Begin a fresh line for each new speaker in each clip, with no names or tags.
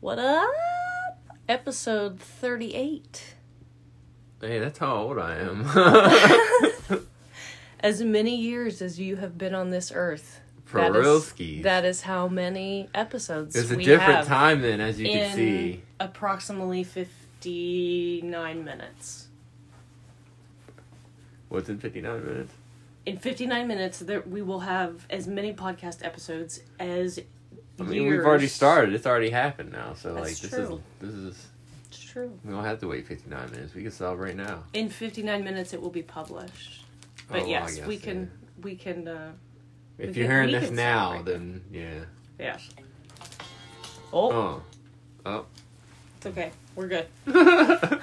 What up? Episode 38.
Hey, that's how old I am.
As many years as you have been on this earth.
For
That is-
realskies.
That is how many episodes
It's a
we
different
have
time then, as you
in
can see.
approximately 59 minutes.
What's in 59 minutes?
In 59 minutes, there, we will have as many podcast episodes as
I mean, we've already
years.
started. It's already happened now. So,
That's
like, this
true.
is, this is,
It's true.
we don't have to wait 59 minutes. We can celebrate now.
In 59 minutes, it will be published. But
Oh, I
yes, we
guess,
can. We can. Uh,
yeah. If
we
you're
can-
hearing
we
this
can
now,
celebrate.
then yeah.
yeah. Oh,
Oh.
it's okay. We're good.
it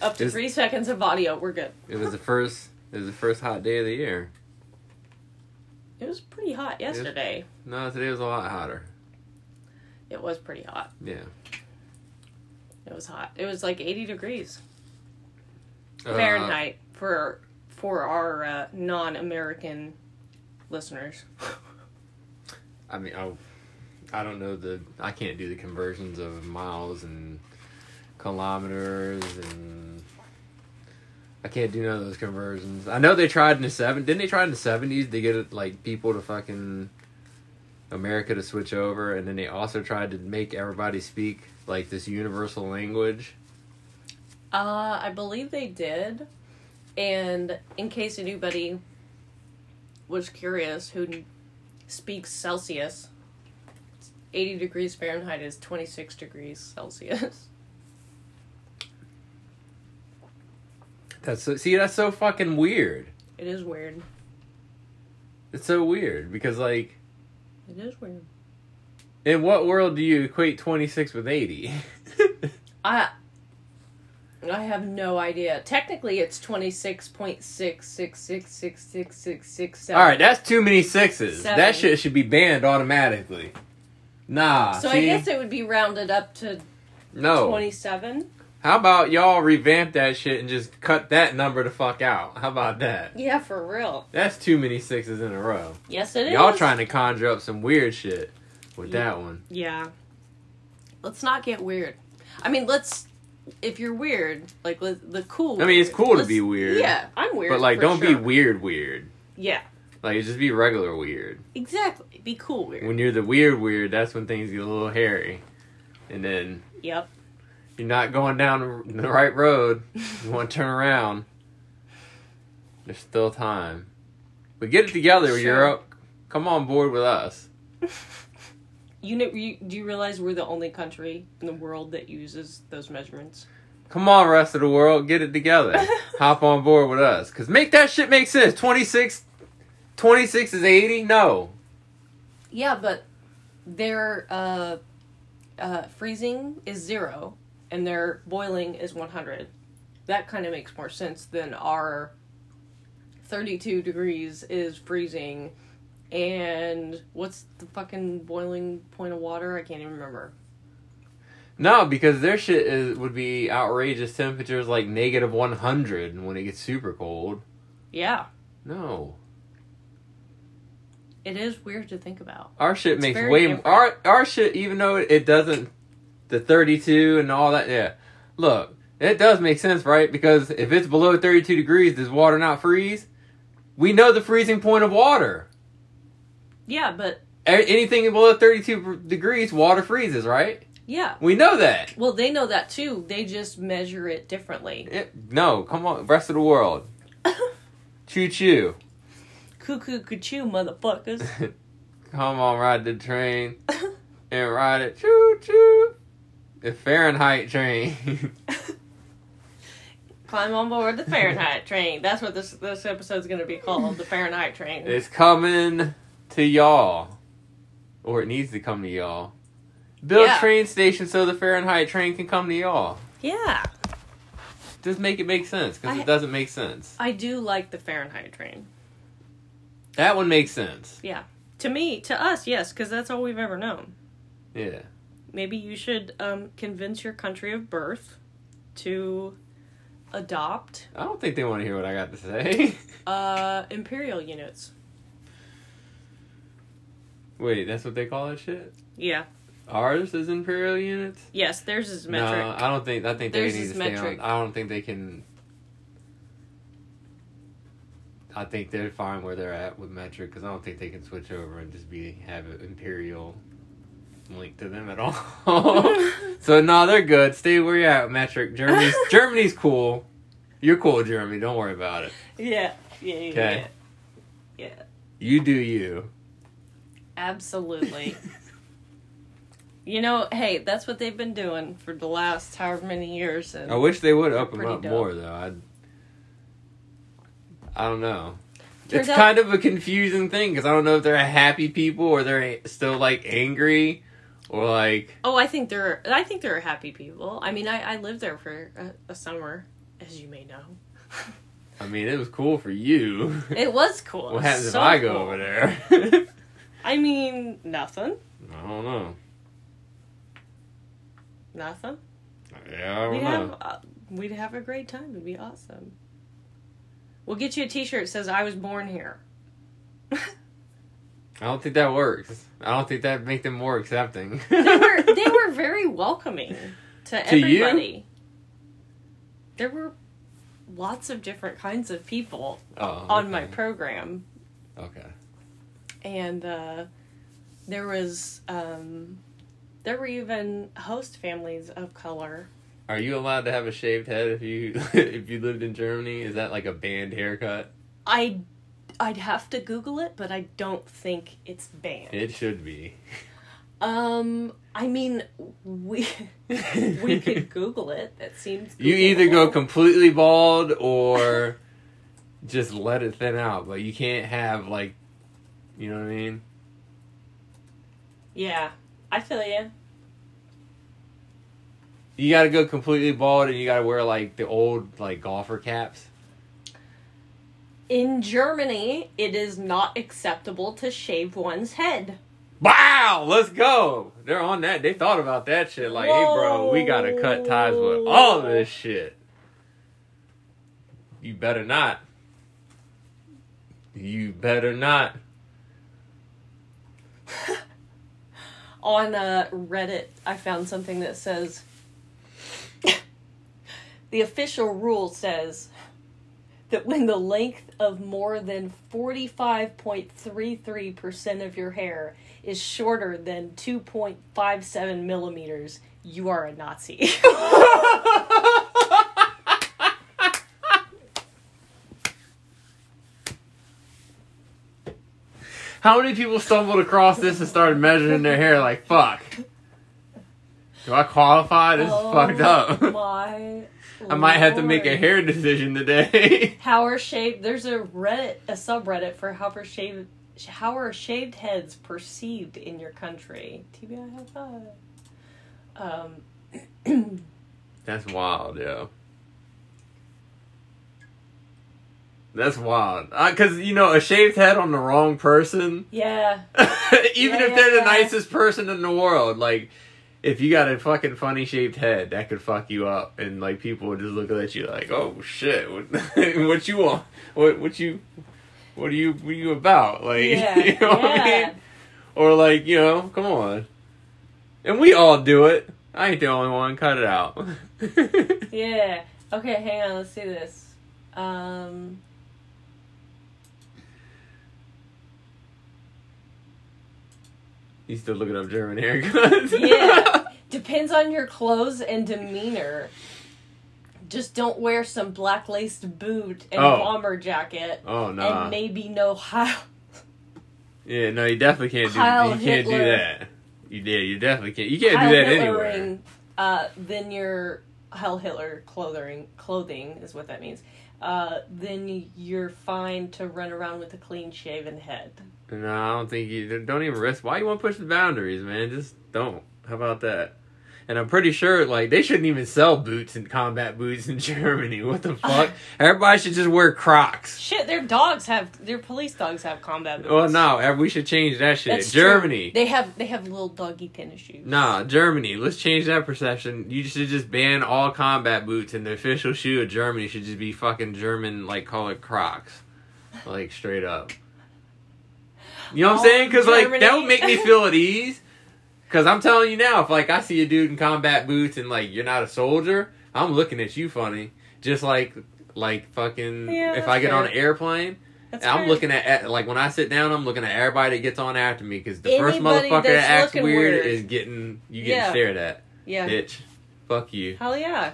Up to
Is-
three seconds of audio. We're good.
was the first. It was the first hot day of the year.
It was pretty hot yesterday.
No, today was a lot hotter.
It was pretty hot.
Yeah.
It was hot. It was like 80 degrees
Uh,
Fahrenheit for for our uh, non-American listeners.
I mean, I, I don't know the. I can't do the conversions of miles and kilometers and. I can't do none of those conversions. I know they tried in the seven. Didn't they try in the seventies to get like people to fucking America to switch over, and then they also tried to make everybody speak like this universal language.
Uh, I believe they did. And in case anybody was curious who n- speaks Celsius, 80 degrees Fahrenheit is 26 degrees Celsius.
That's so, see, that's so fucking weird.
It is weird.
It's so weird because like,
It is weird.
in what world do you equate twenty six with eighty?
I I have no idea. Technically, it's 26.666666667.
All right, that's too many sixes.
Seven.
That shit should be banned automatically. Nah,
So
see? Oh.
I guess it would be rounded up to
no.
27.
How about y'all revamp that shit and just cut that number the fuck out? How about that?
Yeah, for real.
That's too many sixes in a row.
Yes, it is.
y'all trying to conjure up some weird shit with
Yeah.
that one.
Yeah. Let's not get weird. I mean, let's. If you're weird, like let, the cool.
I mean, it's
weird.
cool to
Let's-
be weird.
Yeah, I'm weird.
But like,
for
don't be
sure.
weird, weird.
Yeah,
Like, just be regular weird.
exactly. Be cool weird.
When you're the weird, weird, that's when things get a little hairy, and then
yep.
you're not going down the right road. You want to turn around. There's still time. But get it together,
Sure.
Europe. Come on board with us.
You know, you, do you realize we're the only country in the world that uses those measurements?
Come on, rest of the world. Get it together. Hop on board with us. Because make that shit make sense. 26, 26 is 80? No.
Yeah, but their uh, uh, freezing is zero, and their boiling is one hundred. That kind of makes more sense than our thirty-two degrees is freezing, and what's the fucking boiling point of water? I can't even remember.
No, because their shit is, would be outrageous temperatures like negative 100 when it gets super cold.
Yeah,
No.
it is weird to think about.
Our shit makes
very
way
different.
our our shit even though it doesn't the 32 and all that yeah. Look, it does make sense, right? Because if it's below 32 degrees, does water not freeze? We know the freezing point of water.
Yeah, but
A- Anything below 32 degrees, water freezes, right?
yeah.
We know that.
Well, they know that too. They just measure it differently.
It, no, come on, rest of the world. Choo choo.
Cuckoo, cuckoo, motherfuckers.
Come on, ride the train and ride it. Choo choo. The Fahrenheit train.
Climb on board the Fahrenheit train. That's what this this episode's gonna be called, the Fahrenheit train.
It's coming to y'all. Or it needs to come to y'all. Build
Yeah.
train stations so the Fahrenheit train can come to y'all.
yeah,
Just make it make sense, because
I-
it doesn't make sense.
I do like the Fahrenheit train.
That one makes sense.
To me, to us, yes, because that's all we've ever known.
Yeah.
Maybe you should um, convince your country of birth to adopt
I don't think they want to hear what I got to say.
uh, imperial units.
Wait, that's what they call that shit?
Yeah,
Ours is imperial units.
Yes, theirs is metric.
No, I don't think. I think they
Theirs
need
is
to stay
metric.
on. I don't think they can. I think they're fine where they're at with metric because I don't think they can switch over and just be have an imperial link to them at all. so no, they're good. Stay where you're at, with metric. Germany's Germany's cool. You're cool, Germany. Don't worry about it.
yeah, yeah, yeah, yeah.
Okay.
Yeah.
You do you.
Absolutely. you know, hey, that's what they've been doing for the last however many years. And
I wish they would
They're
up them
pretty
up
dope.
more though. I I don't know.
Turns
it's
out-
kind of a confusing thing because I don't know if they're happy people or they're a- still like angry or like
Oh, I think they're I think they're happy people. I mean, I, I lived there for a, a summer, as you may know.
I mean it was cool for you.
It was cool.
what happens
So
if I go
cool.
over there? I
I mean, nothing,
don't know.
nothing.
Yeah, I don't
We'd
know.
have uh, we'd have a great time. It'd be awesome. We'll get you a T-shirt that says "I was born here."
I don't think that works. I don't think that make them more accepting.
they were they were very welcoming to
To you?
everybody. There were lots of different kinds of people
oh,
on my
okay.
program,
okay.
and uh, there was um, there were even host families of color.
Are you allowed to have a shaved head if you if you lived in Germany? Is that like a banned haircut?
I I'd have to Google it, but I don't think it's banned.
It should be.
Um, I mean, we we could Google it. That seems
you either go
Googleable.
completely bald or just let it thin out, but you can't have like, you know what I mean?
yeah, I feel you.
You got to go completely bald, and you got to wear like the old like golfer caps.
In Germany, it is not acceptable to shave one's head.
Wow, let's go! They're on that. They thought about that shit. Like, hey, bro, we got to cut ties with all this shit. You better not. You better not.
On uh, Reddit, I found something that says the official rule says that when the length of more than 45.33% of your hair is shorter than 2.57 millimeters, you are a Nazi.
How many people stumbled across this and started measuring their hair like, fuck? Do I qualify? This is fucked up.
My
I might have to make a
Oh. lord.
hair decision today.
How are shaved? There's a Reddit, a subreddit for how are shaved, how are shaved heads perceived in your country? TBI high five. Um,
That's wild, yo. That's wild. Because, you know, a shaved head on the wrong person,
yeah,
even
Yeah,
if they're
yeah,
the
yeah.
nicest person in the world, like, if you got a fucking funny shaved head, that could fuck you up. And, like, people would just look at you like, oh, shit. What, what you want? What, what you. What are you? What are you about? Like,
yeah,
you know what I
yeah.
mean? Or like, you know, come on. And we all do it. I ain't the only one. Cut it out.
yeah. Okay, hang on. Let's see this. Um,
You still looking up German haircuts?
Yeah. depends on your clothes and demeanor. Just don't wear some black laced boot and
Oh.
bomber jacket,
oh no.
and maybe no high.
yeah, no, you definitely can't do.
Heil
you can't do
Hitler.
that. You did. You definitely can't. You can't
Heil
do that
Hitler
anywhere.
ring, Uh, then your Heil Hitler clothing, clothing is what that means. Uh, then you're fine to run around with a clean shaven head.
No, I don't think you. Don't even risk. Why you want to push the boundaries, man? Just don't. How about that? And I'm pretty sure, like, they shouldn't even sell boots and combat boots in Germany. What the fuck? Everybody should just wear Crocs.
Shit, their dogs have their police dogs have combat boots.
Well, no, ev- we should change that shit.
That's true.
Germany.
They have they have little doggy tennis shoes.
Nah, Germany. Let's change that perception. You should just ban all combat boots, and the official shoe of Germany should just be fucking German, like colored Crocs, like straight up. You know what
All
I'm saying? Because like that
Oh, Germany.
would make me feel at ease. Because I'm telling you now, if like I see a dude in combat boots and like you're not a soldier, I'm looking at you funny. Just like like fucking
Yeah,
if
that's
I get on an
fair.
airplane,
That's
I'm
fair.
looking at, at like when I sit down, I'm looking at everybody that gets on after me because the first
Anybody
motherfucker
that's
that acts
looking
weird,
weird.
is getting you getting
Yeah.
stared at.
Yeah.
Bitch, fuck you.
Hell yeah.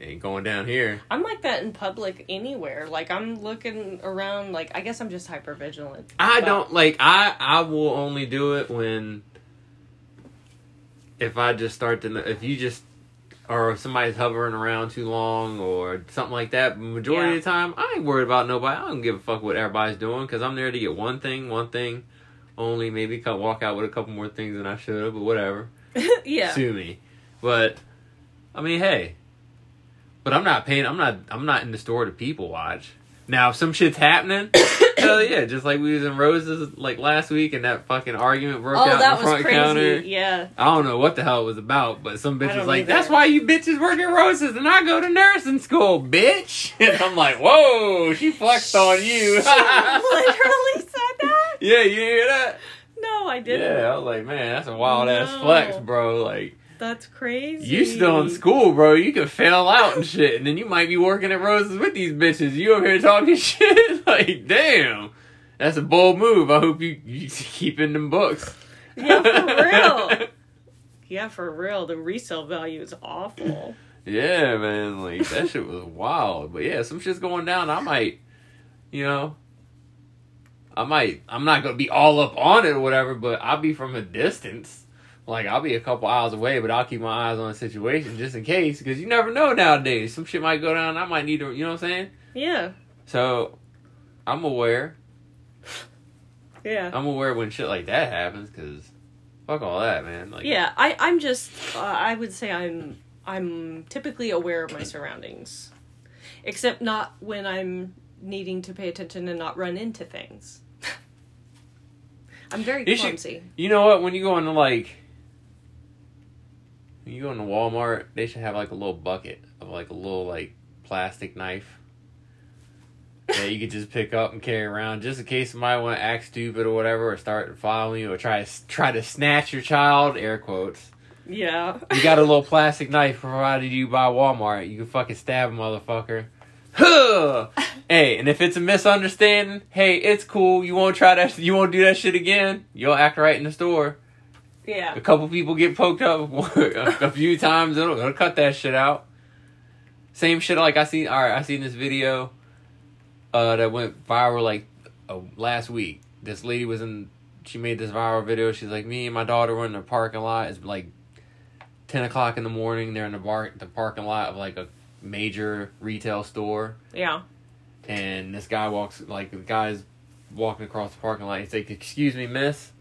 Ain't going down here.
I'm like that in public anywhere. Like I'm looking around like I guess I'm just hyper vigilant.
I don't like I I will only do it when if I just start to kn- if you just or if somebody's hovering around too long or something like that. Majority
Yeah.
of the time, I ain't worried about nobody. I don't give a fuck what everybody's doing because I'm there to get one thing, one thing only. Maybe come walk out with a couple more things than I should have, but whatever.
yeah.
Sue me, but I mean, hey. But I'm not paying. I'm not. I'm not in the store to people watch. Now, if some shit's happening, hell yeah! Just like we was in Roses like last week, and that fucking argument broke
Oh,
out
that
in the
was
front
crazy.
counter.
Yeah.
I don't know what the hell it was about, but
I
some bitch was
don't
like,
either.
"That's why you bitches work at Roses, and I go to nursing school, bitch." And I'm like, "Whoa, she flexed on you."
literally said that?
yeah, you hear that?
No, I didn't.
Yeah, I was like, "Man, that's a wild ass
No.
flex, bro." Like.
That's crazy.
You still in school, bro. You could fail out and shit, and then you might be working at Roses with these bitches. You over here talking shit. like, damn. That's a bold move. I hope you, you keep in them books.
Yeah, for real. Yeah, for real. The resale value is awful.
yeah, man. Like, that shit was wild. But yeah, some shit's going down. I might, you know, I might, I'm not going to be all up on it or whatever, but I'll be from a distance. Like, I'll be a couple aisles away, but I'll keep my eyes on the situation just in case, because you never know nowadays. Some shit might go down. I might need to, you know what I'm saying?
Yeah.
So, I'm aware.
Yeah.
I'm aware when shit like that happens because fuck all that, man. Like,
yeah i i'm just uh, i would say i'm i'm typically aware of my surroundings except not when i'm needing to pay attention and not run into things i'm very
You should-
clumsy
You know what? When you go into like, when you go into Walmart, they should have like a little bucket of like a little like plastic knife that you could just pick up and carry around just in case somebody want to act stupid or whatever, or start following you, or try to try to snatch your child. Air quotes.
yeah
You got a little plastic knife provided you by Walmart. You can fucking stab a motherfucker. Huh. hey, and if it's a misunderstanding, hey, it's cool. You won't try that. You won't do that shit again. You'll act right in the store.
yeah
A couple people get poked up a few times. It'll, it'll cut that shit out. Same shit. Like I seen. All right, I seen this video uh, that went viral like uh, last week. This lady was in. She made this viral video. She's like, me and my daughter were in the parking lot. It's like ten o'clock in the morning. They're in the bar, the parking lot of like a major retail store
yeah
and this guy walks like the guy's walking across the parking lot. He's like, "Excuse me, miss,"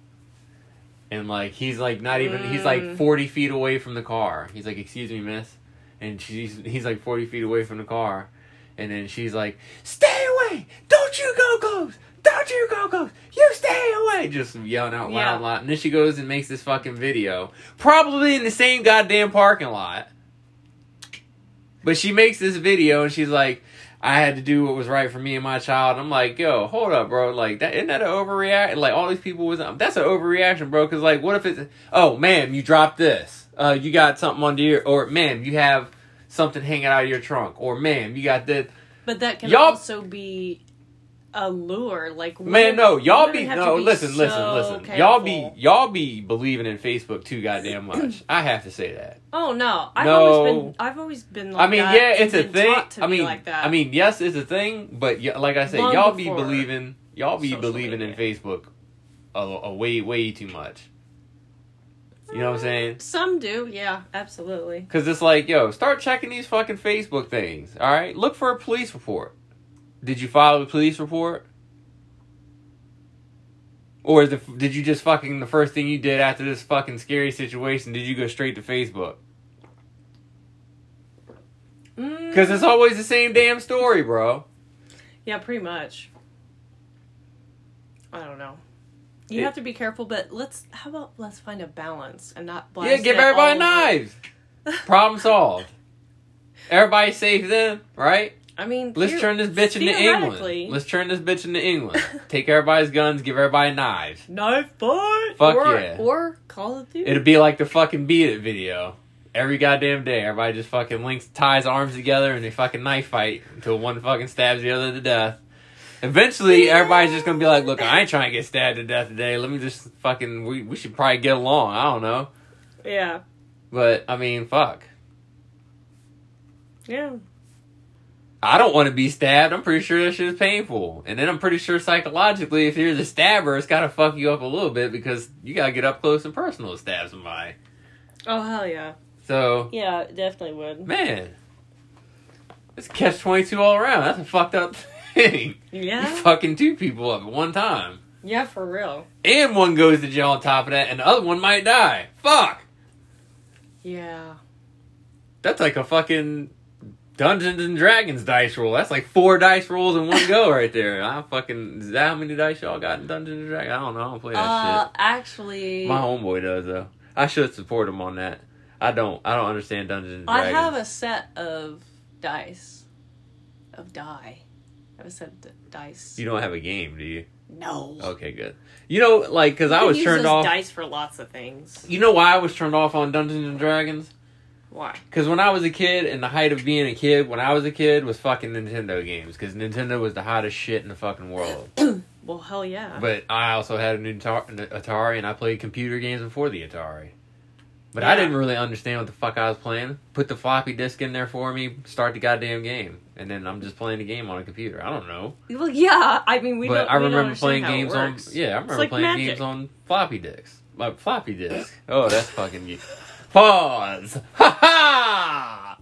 and like he's like not even he's like
Mm.
forty feet away from the car. He's like, "Excuse me, miss," and she's he's like forty feet away from the car, and then she's like, "Stay away! Don't you go close! Don't you go close! You stay away!" Just yelling out loud,
Yeah.
loud. And then she goes and makes this fucking video, probably in the same goddamn parking lot. But she makes this video and she's like, I had to do what was right for me and my child. I'm like, yo, hold up, bro. Like that isn't that an overreact? Like all these people was that's an overreaction, bro. Because like, what if it's oh, ma'am, you dropped this. Uh, you got something under your or ma'am, you have something hanging out of your trunk or ma'am, you got this.
but that can
Y'all-
also be a lure like
Man,
women-
no, y'all
women
be
have to
no. listen, listen,
so
listen. Y'all be
careful.
y'all be believing in Facebook too goddamn much. I have to say that.
oh no i've
No.
always been i've always been like
I mean,
that
yeah, it's a
and been
thing.
taught to
I
be
mean,
like that
I mean, yes, it's a thing. But y- like I said,
Long
y'all be
before
believing, y'all be
social
believing in
media.
Facebook a, a way, way too much. You know what I'm saying?
some do yeah absolutely
Because it's like, yo, start checking these fucking Facebook things. All right, look for a police report. Did you file a police report? Or is the, did you just fucking the first thing you did after this fucking scary situation? Did you go straight to Facebook?
Mm,
Because it's always the same damn story, bro.
Yeah, pretty much. I don't know. You
It-
have to be careful, but let's. How about let's find a balance and not blast.
Yeah, give
it
everybody
all over.
knives. Problem solved. Everybody safe then, right?
I mean,
Let's
theo-
turn this bitch into England.
theoretically-
Let's turn this bitch into England. Take everybody's guns, give everybody knives.
knife fight.
Fuck
or,
yeah.
Or Call of Duty.
It'd be like the fucking beat it video. Every goddamn day, everybody just fucking links, ties arms together, and they fucking knife fight until one fucking stabs the other to death. Eventually, everybody's just gonna be like, "Look, I ain't trying to get stabbed to death today. Let me just fucking we we should probably get along. I don't know,
yeah,
but I mean, fuck.
yeah.
I don't want to be stabbed. I'm pretty sure that shit is painful. And then I'm pretty sure psychologically, if you're the stabber, it's gotta fuck you up a little bit because you gotta get up close and personal to stab somebody.
Oh hell yeah.
So
Yeah, it definitely would.
man, it's catch twenty two all around. That's a fucked up thing. You
Yeah,
fucking two people up at one time,
yeah, for real.
and one goes to jail on top of that, and the other one might die. Fuck.
Yeah.
That's like a fucking Dungeons and Dragons dice roll. That's like four dice rolls in one go right there. I fucking is that how many dice y'all got in Dungeons and Dragons? I don't know. I don't play that
Uh,
shit.
actually,
My homeboy does though. I should support him on that. I don't. I don't understand Dungeons and
I
Dragons.
have a set of dice, of die. I have a set of d- dice.
you don't have a game, do you?
no.
Okay, good. You know, like because I
You
was
use
turned
those
off.
dice for lots of things.
You know why I was turned off on Dungeons and Dragons?
Why?
Because when I was a kid, and the height of being a kid, when I was a kid, was fucking Nintendo games. Because Nintendo was the hottest shit in the fucking world.
Well, hell yeah.
But I also had a new Atar- an Atari, and I played computer games before the Atari. But I
Yeah.
didn't really understand what the fuck I was playing. Put the floppy disk in there for me, start the goddamn game, and then I'm just playing the game on a computer. I don't know,
well, yeah. I mean, we
but
don't. we
I
don't
remember
understand
playing
how it
games on
works.
yeah, I remember
like
playing
magic.
games on floppy disks. My floppy disk. Oh, that's fucking you. Pause. Ha ha.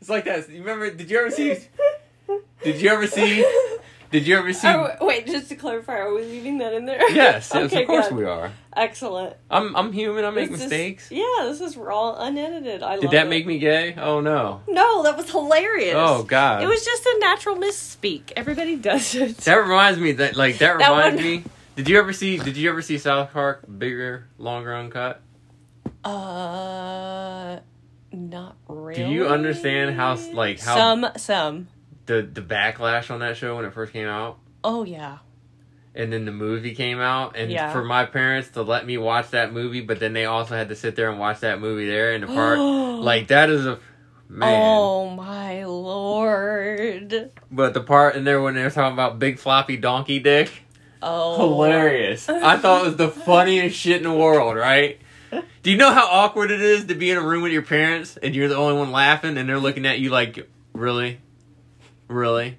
It's like that. You remember? Did you ever see? Did you ever see? Did you ever see?
Oh, wait, just to clarify, are we leaving that in there?
Yes, yes,
Okay,
of course
good.
we are.
Excellent.
I'm I'm human. I make
This is-
mistakes.
yeah, this is raw, unedited. I
Did that make me gay? Oh no.
No, that was hilarious.
Oh god.
It was just a natural misspeak. Everybody does it.
that reminds me that like that
That
reminds
one-
me. Did you ever see Did you ever see South Park bigger, longer uncut?
Uh, not really.
Do you understand how s- like how
some some?
the the backlash on that show when it first came out?
Oh yeah.
And then the movie came out, and
Yeah.
for my parents to let me watch that movie, but then they also had to sit there and watch that movie there in the park. like that is a man.
Oh my lord.
But the part in there when they're talking about big floppy donkey dick.
Oh.
hilarious. I thought it was the funniest shit in the world, right? Do you know how awkward it is to be in a room with your parents and you're the only one laughing and they're looking at you like, really? Really?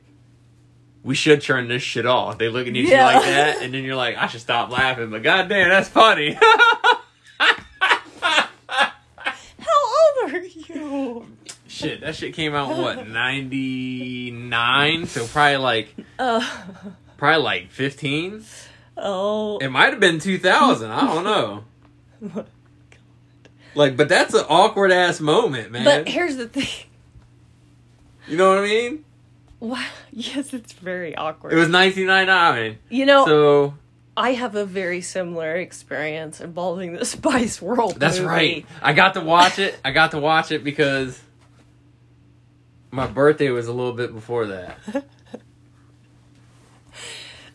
We should turn this shit off. They looking at
Yeah.
you like that and then you're like, I should stop laughing, but goddamn, that's funny.
How old are you?
shit, that shit came out in what, 99? So probably like,
Uh,
probably like 15?
oh.
It might have been 2000. I don't know. Like, but that's an awkward ass moment, man.
But here's the thing.
you know what I mean?
Wow. Yes, it's very awkward.
It was 1999.
you know,
So
I have a very similar experience involving the Spice World.
that's
movie.
right. I got to watch it. I got to watch it because my birthday was a little bit before that.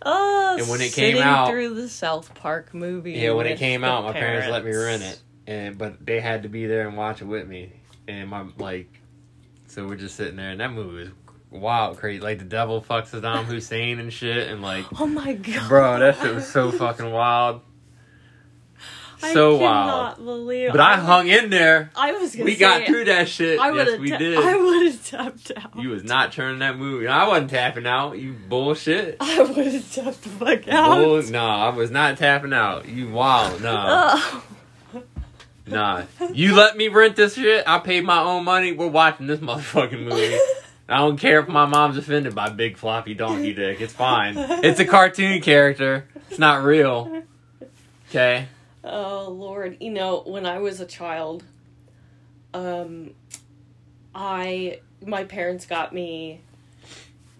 Uh,
And when it
sitting
came out-
through the South Park movie.
Yeah, when it
with
came
the
out, my parents let me rent it, and but they had to be there and watch it with me. And my like, so we're just sitting there, and that movie was wild, crazy. Like the devil fucks Saddam Hussein and shit, and like.
Oh my god,
Bro, that shit was so fucking wild. So
I
wild.
cannot Believe
But I hung in there.
I was gonna
We
say
got
it.
through that shit.
I would
yes,
have.
we
I
did.
would have tapped out.
You was not turning that movie. I wasn't tapping out. You bullshit.
I would have tapped the fuck out.
Bull- nah, I was not tapping out. You wild. Nah.
Oh.
Nah. You let me rent this shit. I paid my own money. We're watching this motherfucking movie. I don't care if my mom's offended by big floppy donkey dick. It's fine. It's a cartoon character. It's not real. Okay?
Oh Lord, you know when I was a child, um, I my parents got me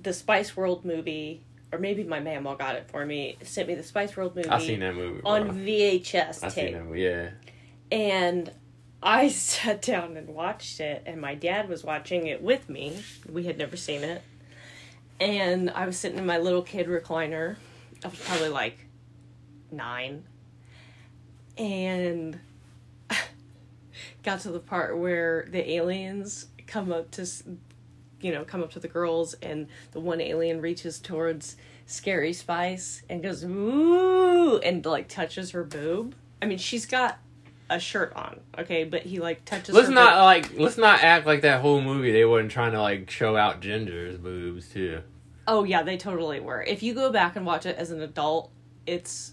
the Spice World movie, or maybe my mamma got it for me. Sent me the Spice World movie
I've seen that movie. bro.
on VHS
I
tape,
seen that. Yeah,
and I sat down and watched it, and my dad was watching it with me. We had never seen it. And I was sitting in my little kid recliner. I was probably like nine. And got to the part where the aliens come up to, s- you know, come up to the girls, and the one alien reaches towards Scary Spice and goes, ooh, and like touches her boob. I mean, she's got a shirt on, okay, but he like touches
Let's
her
not like let's not act like that whole movie they wasn't trying to like show out Ginger's boobs too.
Oh yeah, they totally were. If you go back and watch it as an adult, it's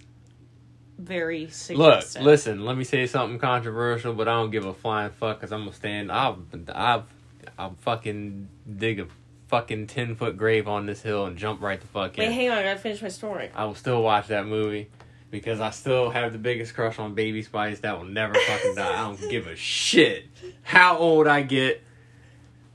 very
Look,
suggestive.
listen, let me say something controversial, but I don't give a flying fuck because I'm gonna stand. I'll, I'll, I'll fucking dig a fucking ten foot grave on this hill and jump right the fuck
Wait,
in.
hang on, I gotta finish my story.
I will still watch that movie because I still have the biggest crush on Baby Spice that will never fucking die. I don't give a shit how old I get.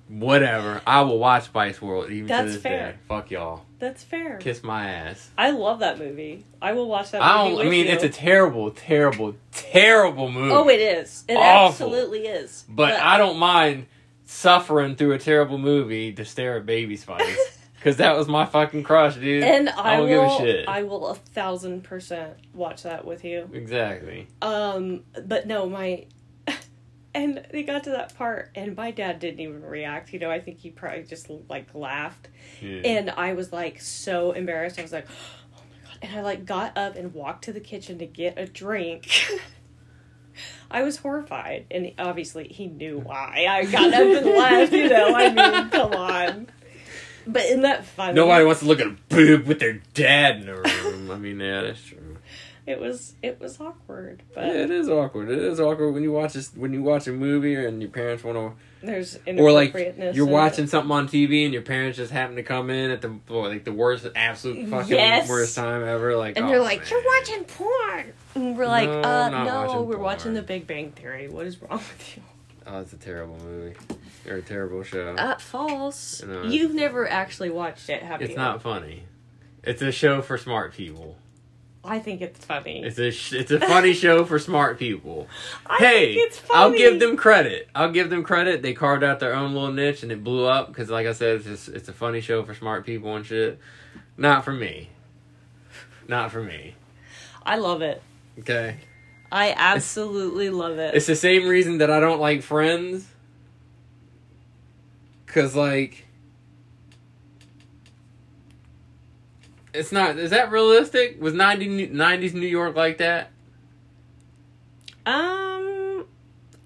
Whatever, I will watch Spice World even
That's
to this
fair.
day. Fuck y'all,
That's fair.
kiss my ass.
I love that movie. I will watch that.
I
Movie
don't. I
with
mean,
you.
it's a terrible, terrible, terrible movie.
oh, Uh, it is. It
Awful.
absolutely is.
But I don't mind suffering through a terrible movie to stare at baby spiders. Because that was my fucking crush, dude.
and I,
don't
will.
give a shit.
I will a thousand percent watch that with you.
Exactly.
Um, but no, my. And they got to that part, and my dad didn't even react. You know, I think he probably just like laughed.
Yeah.
And I was like so embarrassed. I was like, oh my god. And I like got up and walked to the kitchen to get a drink. I was horrified. And obviously he knew why. I got up and left, you know. I mean, come on. But isn't that funny?
Nobody wants to look at a boob with their dad in the room. I mean, yeah, that's true.
It was it was awkward, but
Yeah, it is awkward. It is awkward when you watch this, when you watch a movie and your parents want to
there's
or like
inappropriateness.
you're
in it.
watching something on TV and your parents just happen to come in at the or, like the worst, absolute fucking
Yes.
worst time ever. Like,
and
oh,
they're like,
man.
"You're watching porn," and we're like,
No,
"Uh,
not
no,
watching
we're watching
porn.
The Big Bang Theory. What is wrong with you?"
Oh, it's a terrible movie or a terrible show.
Uh, false.
No, it's-
You've never actually watched it, have you?
It's not funny. It's a show for smart people.
I think it's funny.
It's a sh- it's a funny show for smart people.
I
hey,
think it's
I'll
funny.
give them credit. I'll give them credit. They carved out their own little niche and it blew up because, like I said, it's just, it's a funny show for smart people and shit. Not for me. Not for me.
I love it.
Okay.
I absolutely love it.
It's the same reason that I don't like Friends. Cause like, it's not. Is that realistic? Was 90, New- 90s New York like that?
Um,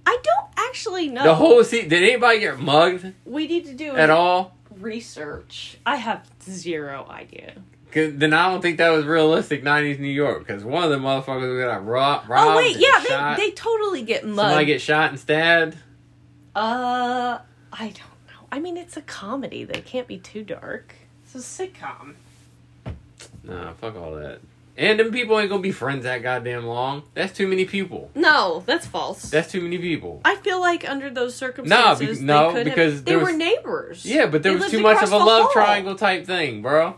I don't actually know.
The whole se Did anybody get mugged
we need to do
at all?
research. I have zero idea.
'Cause then I don't think that was realistic '90s New York. Because one of the motherfuckers got robbed. robbed
oh wait,
and
yeah,
shot.
they, they totally get
somebody
mugged.
get shot and stabbed.
uh, I don't know. I mean, it's a comedy. They can't be too dark. It's a sitcom.
Nah, fuck all that. And them people ain't gonna be friends that goddamn long. That's too many people.
No, that's false.
That's too many people.
I feel like under those circumstances,
no,
they could
because
have, they
there
were
was-
neighbors.
Yeah, but there
They
was
lived
too much
across
of a
the
love
hall.
triangle type thing, bro.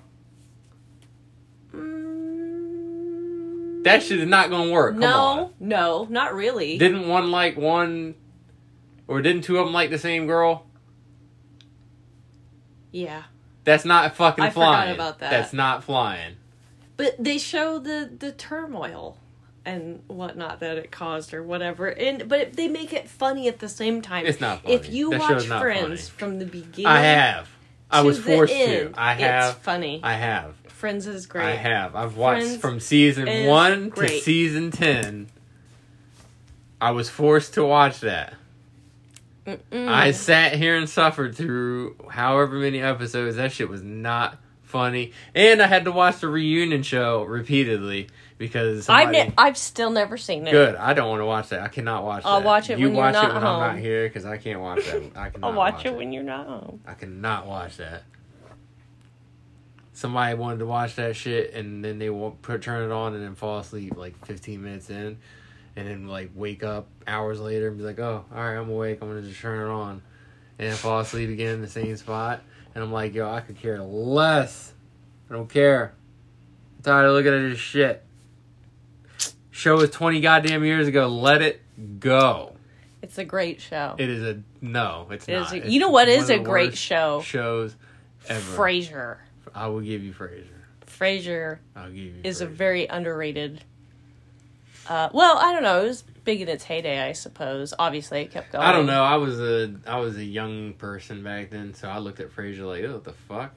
Mm,
That shit is not gonna work. Come on.
no, no, not really.
Didn't one like one, or didn't two of them like the same girl?
yeah.
That's not fucking
I forgot
flying.
about that.
That's not flying.
But they show the the turmoil and whatnot that it caused or whatever. And but they make it funny at the same time.
It's not
If
funny.
you
That
watch
show's not
Friends from the beginning,
I have. I
to
was
the
forced
end,
to. I have.
It's funny.
I have.
Friends is
I
great.
have. I've watched
Friends
from season
is
one to
great.
season ten. I was forced to watch that.
Mm-mm.
I sat here and suffered through however many episodes. That shit was not funny, and I had to watch the reunion show repeatedly because
I've
somebody-
ne- I've still never seen it.
good. I don't want to watch that. I cannot watch.
I'll
that.
watch it
You
when you're
watch
not
it when I'm
home.
not here because I can't watch that. I cannot
I'll watch, it
it
when you're not home.
I cannot watch that. Somebody wanted to watch that shit, and then they will put turn it on and then fall asleep like 15 minutes in, and then like wake up hours later and be like, "Oh, all right, I'm awake. I'm gonna just turn it on," and I fall asleep again in the same spot. And I'm like, "Yo, I could care less. I don't care. I'm tired of looking at this shit." Show was 20 goddamn years ago. Let it go.
It's a great show.
It is a no. It's
It is
not.
a-
It's
you know what
one
is
of
a
the
great
worst
show?
Shows ever.
Frasier.
I will give you Fraser.
Frasier
I'll give you.
is a
Frasier.
very underrated. Uh, well, I don't know. It was big in its heyday, I suppose. Obviously, it kept going.
I don't know. I was a I was a young person back then, so I looked at Frasier like, oh, what the fuck?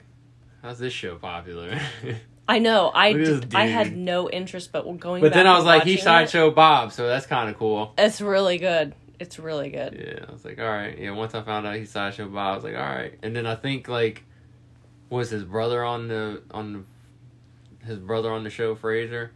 How's this show popular?
I know. I
Look at this
did, I had
dude.
no interest, but going.
but
back
then I
and
was like, he
watching it-
sideshow Bob, so that's kind of cool.
It's really good. It's really good.
Yeah, I was like, all right. Yeah, once I found out he sideshow Bob, I was like, all right. And then I think like, was his brother on the on the, his brother on the show Frasier?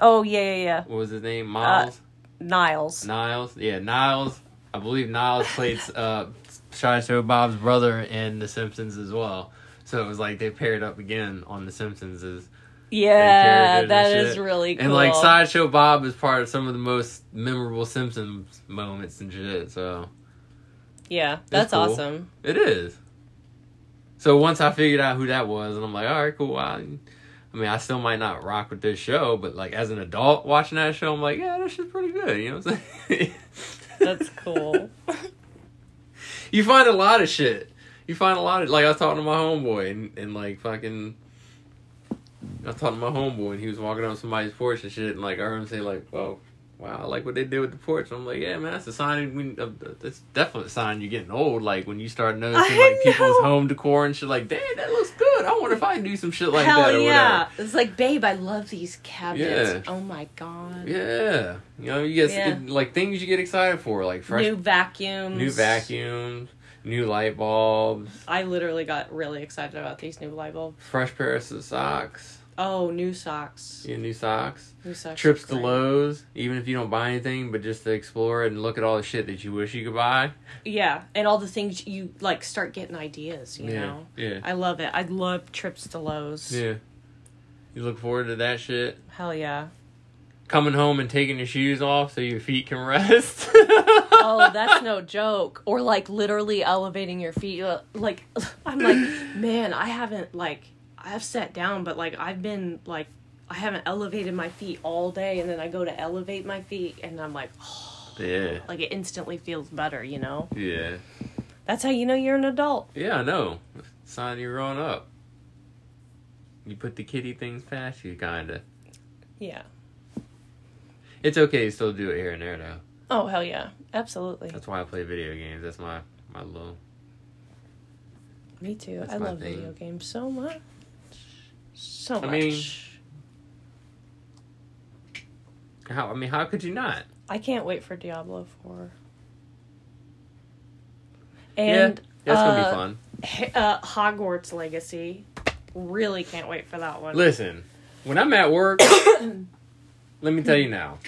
Oh yeah, yeah, yeah.
What was his name?
Uh,
Miles.
Niles.
Niles. Yeah, Niles. I believe Niles played uh, sideshow Bob's brother in The Simpsons as well. So it was like they paired up again on The Simpsons. As,
yeah,
and characters
that
and
is
shit.
really cool.
And like sideshow Bob is part of some of the most memorable Simpsons moments and shit. So
yeah, that's
cool.
awesome.
It is. So once I figured out who that was, and I'm like, all right, cool. I, I mean, I still might not rock with this show, but like as an adult watching that show, I'm like, yeah, this shit's pretty good. You know what I'm saying?
That's cool.
you find a lot of shit. You find a lot of like I was talking to my homeboy and, and like fucking. I was talking to my homeboy and he was walking on somebody's porch and shit and like I heard him say like, "Well, wow, I like what they did with the porch." I'm like, "Yeah, man, that's a sign. When, uh, that's definitely a sign you're getting old. Like when you start
I
noticing like people's
know.
home decor and shit. Like, damn, that looks good. I wonder if I can do some shit like
Hell
that or
yeah! It's like, babe, I love these cabinets.
Yeah.
Oh my god!
whatever. Yeah, you know, you get
Yeah.
like things you get excited for, like fresh
New vacuums.
new vacuums, new light bulbs,
I literally got really excited about these new light bulbs.
fresh pairs of socks."
Oh, new socks.
Your new socks.
New socks.
Trips
are
to
great.
Lowe's, even if you don't buy anything, but just to explore it and look at all the shit that you wish you could buy.
Yeah, and all the things you like start getting ideas. You
yeah.
know,
Yeah.
I love it. I love trips to Lowe's.
Yeah. You look forward to that shit.
Hell yeah.
Coming home and taking your shoes off so your feet can rest.
Oh, that's no joke. Or like literally elevating your feet. uh, Like
I'm like, man, I haven't like I've sat down, but like I've been like I haven't elevated my feet all day, and then I go to elevate my feet, and I'm like,
Yeah.
like it instantly feels better. You know,
Yeah.
that's how you know you're an adult.
Yeah, I know. Sign you're growing up. You put the kitty things past you, kinda.
yeah.
It's okay to still do it here and there, though.
Oh hell yeah. Absolutely.
That's why I play video games. That's my, my little
Me too.
That's
I
my
love
thing.
video games so much. So
I
much.
mean- How I mean, how could you not?
I can't wait for Diablo 4. And
yeah, it's gonna
uh,
be fun.
H- Uh, Hogwarts Legacy, really can't wait for that one.
Listen, when I'm at work, let me tell you now.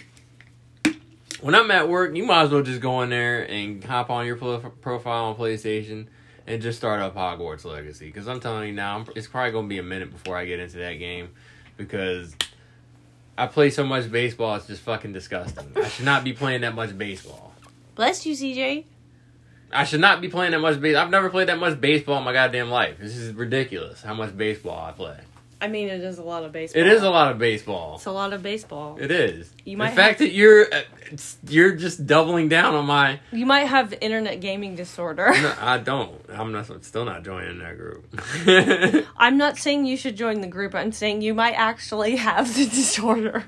When I'm at work, you might as well just go in there and hop on your pl- profile on PlayStation and just start up Hogwarts Legacy. Because I'm telling you now, I'm, it's probably gonna be a minute before I get into that game because I play so much baseball. It's just fucking disgusting. I should not be playing that much baseball.
Bless you, CJ.
I should not be playing that much baseball. I've never played that much baseball in my goddamn life. This is ridiculous how much baseball I play.
I mean, it is a lot of baseball.
It is a lot of baseball.
It's a lot of baseball.
It is.
You
You
might
the fact that you're uh, it's- you're just doubling down on my.
You might have internet gaming disorder.
No, I don't. I'm not. I'm still not joining that group.
I'm not saying you should join the group. I'm saying you might actually have the disorder.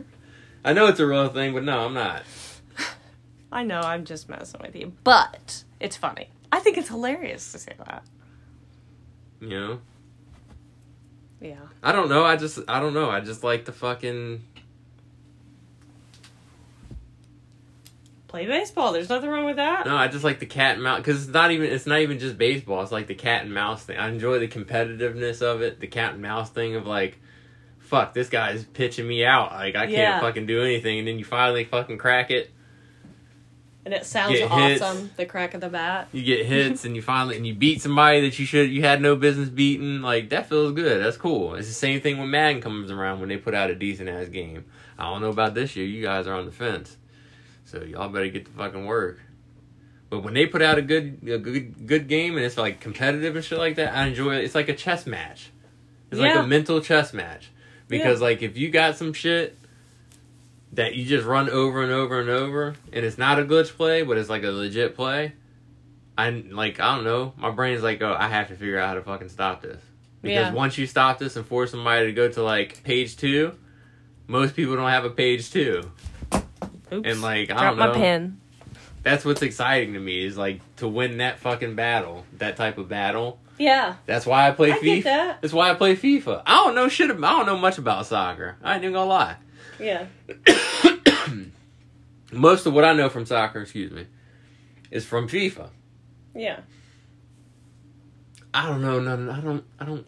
I know it's a real thing, but no, I'm not.
I know, I'm just messing with you. But it's funny. I think it's hilarious to say that.
You know.
Yeah.
I don't know. I just. I don't know. I just like to fucking.
Play baseball. There's nothing wrong with that.
No, I just like the cat and mouse because it's not even. It's not even just baseball. It's like the cat and mouse thing. I enjoy the competitiveness of it. The cat and mouse thing of like. Fuck, this guy's pitching me out. Like, I can't
Yeah.
fucking do anything. And then you finally fucking crack it.
And it sounds
Get hit.
awesome. The crack of the bat.
you get hits and you finally and you beat somebody that you should you had no business beating like that feels good that's cool it's the same thing when madden comes around when they put out a decent ass game i don't know about this year you guys are on the fence so y'all better get to fucking work but when they put out a good a good good game and it's like competitive and shit like that i enjoy it it's like a chess match it's like
Yeah.
a mental chess match because like if you got some shit that you just run over and over and over, and it's not a glitch play, but it's like a legit play. I like I don't know. My brain's like, oh, I have to figure out how to fucking stop this because
Yeah.
once you stop this and force somebody to go to like page two, most people don't have a page two,
Oops.
and like I
Drop
don't know.
my pen.
That's what's exciting to me is like to win that fucking battle, that type of battle.
Yeah.
That's why I play
I
FIFA.
get that.
That's why I play FIFA. I don't know shit. About, I don't know much about soccer. I ain't even gonna lie.
Yeah.
Most of what I know from soccer, excuse me, is from FIFA.
Yeah.
I don't know. None. I don't. I don't.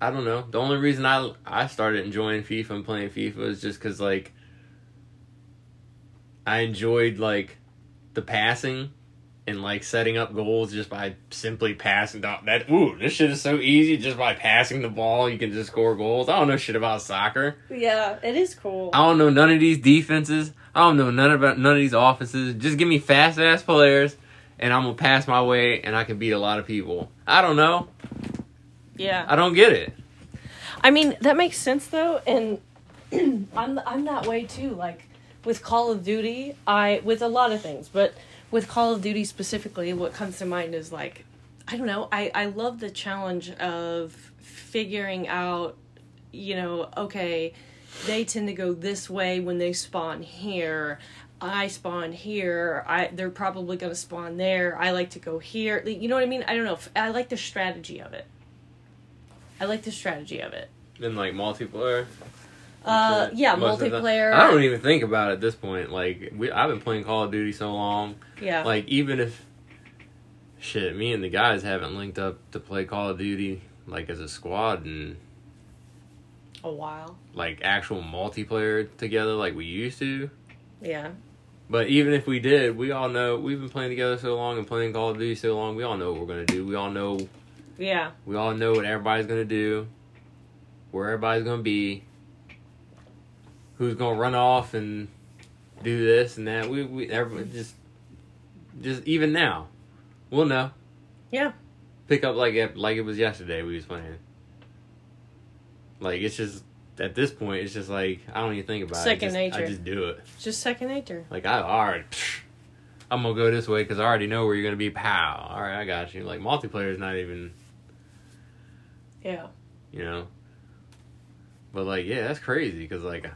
I don't know. The only reason I I started enjoying FIFA and playing FIFA is just because like I enjoyed like the passing and like setting up goals just by simply passing. Down. That ooh, this shit is so easy just by passing the ball. You can just score goals. I don't know shit about soccer.
Yeah. It is cool.
I don't know none of these defenses. I don't know none about none of these offenses. Just give me fast ass players, and I'm gonna pass my way, and I can beat a lot of people. I don't know.
Yeah.
I don't get it.
I mean, that makes sense though, and I'm I'm that way too. Like with Call of Duty, I with a lot of things, but with Call of Duty specifically, what comes to mind is like
I don't know. I, I love the challenge of figuring out, you know, okay, they tend to go this way when they spawn here. I spawn here. I they're probably going to spawn there. I like to go here. Like, You know what I mean? I don't know. F- I like the strategy of it. I like the strategy of it.
Than like multiplayer.
Uh, yeah,
Most of the-
multiplayer.
I don't even think about it at this point. Like we, I've been playing Call of Duty so long.
Yeah.
Like even if shit, me and the guys haven't linked up to play Call of Duty like as a squad and
a while.
like actual multiplayer together like we used to.
Yeah.
But even if we did, we all know we've been playing together so long and playing Call of Duty so long. We all know what we're gonna do. We all know
Yeah.
we all know what everybody's gonna do, where everybody's gonna be, who's gonna run off and do this and that. We we everybody just just even now, we'll know.
Yeah.
Pick up like it like it was yesterday. We was playing. Like it's just at this point, it's just like I don't even think about
Second
it. Just-
nature.
I just do it.
It's just second nature.
Like I already, I'm gonna go this way because I already know where you're gonna be. Pow! All right, I got you. Like multiplayer is not even
Yeah.
you know. But like, yeah, that's crazy because like,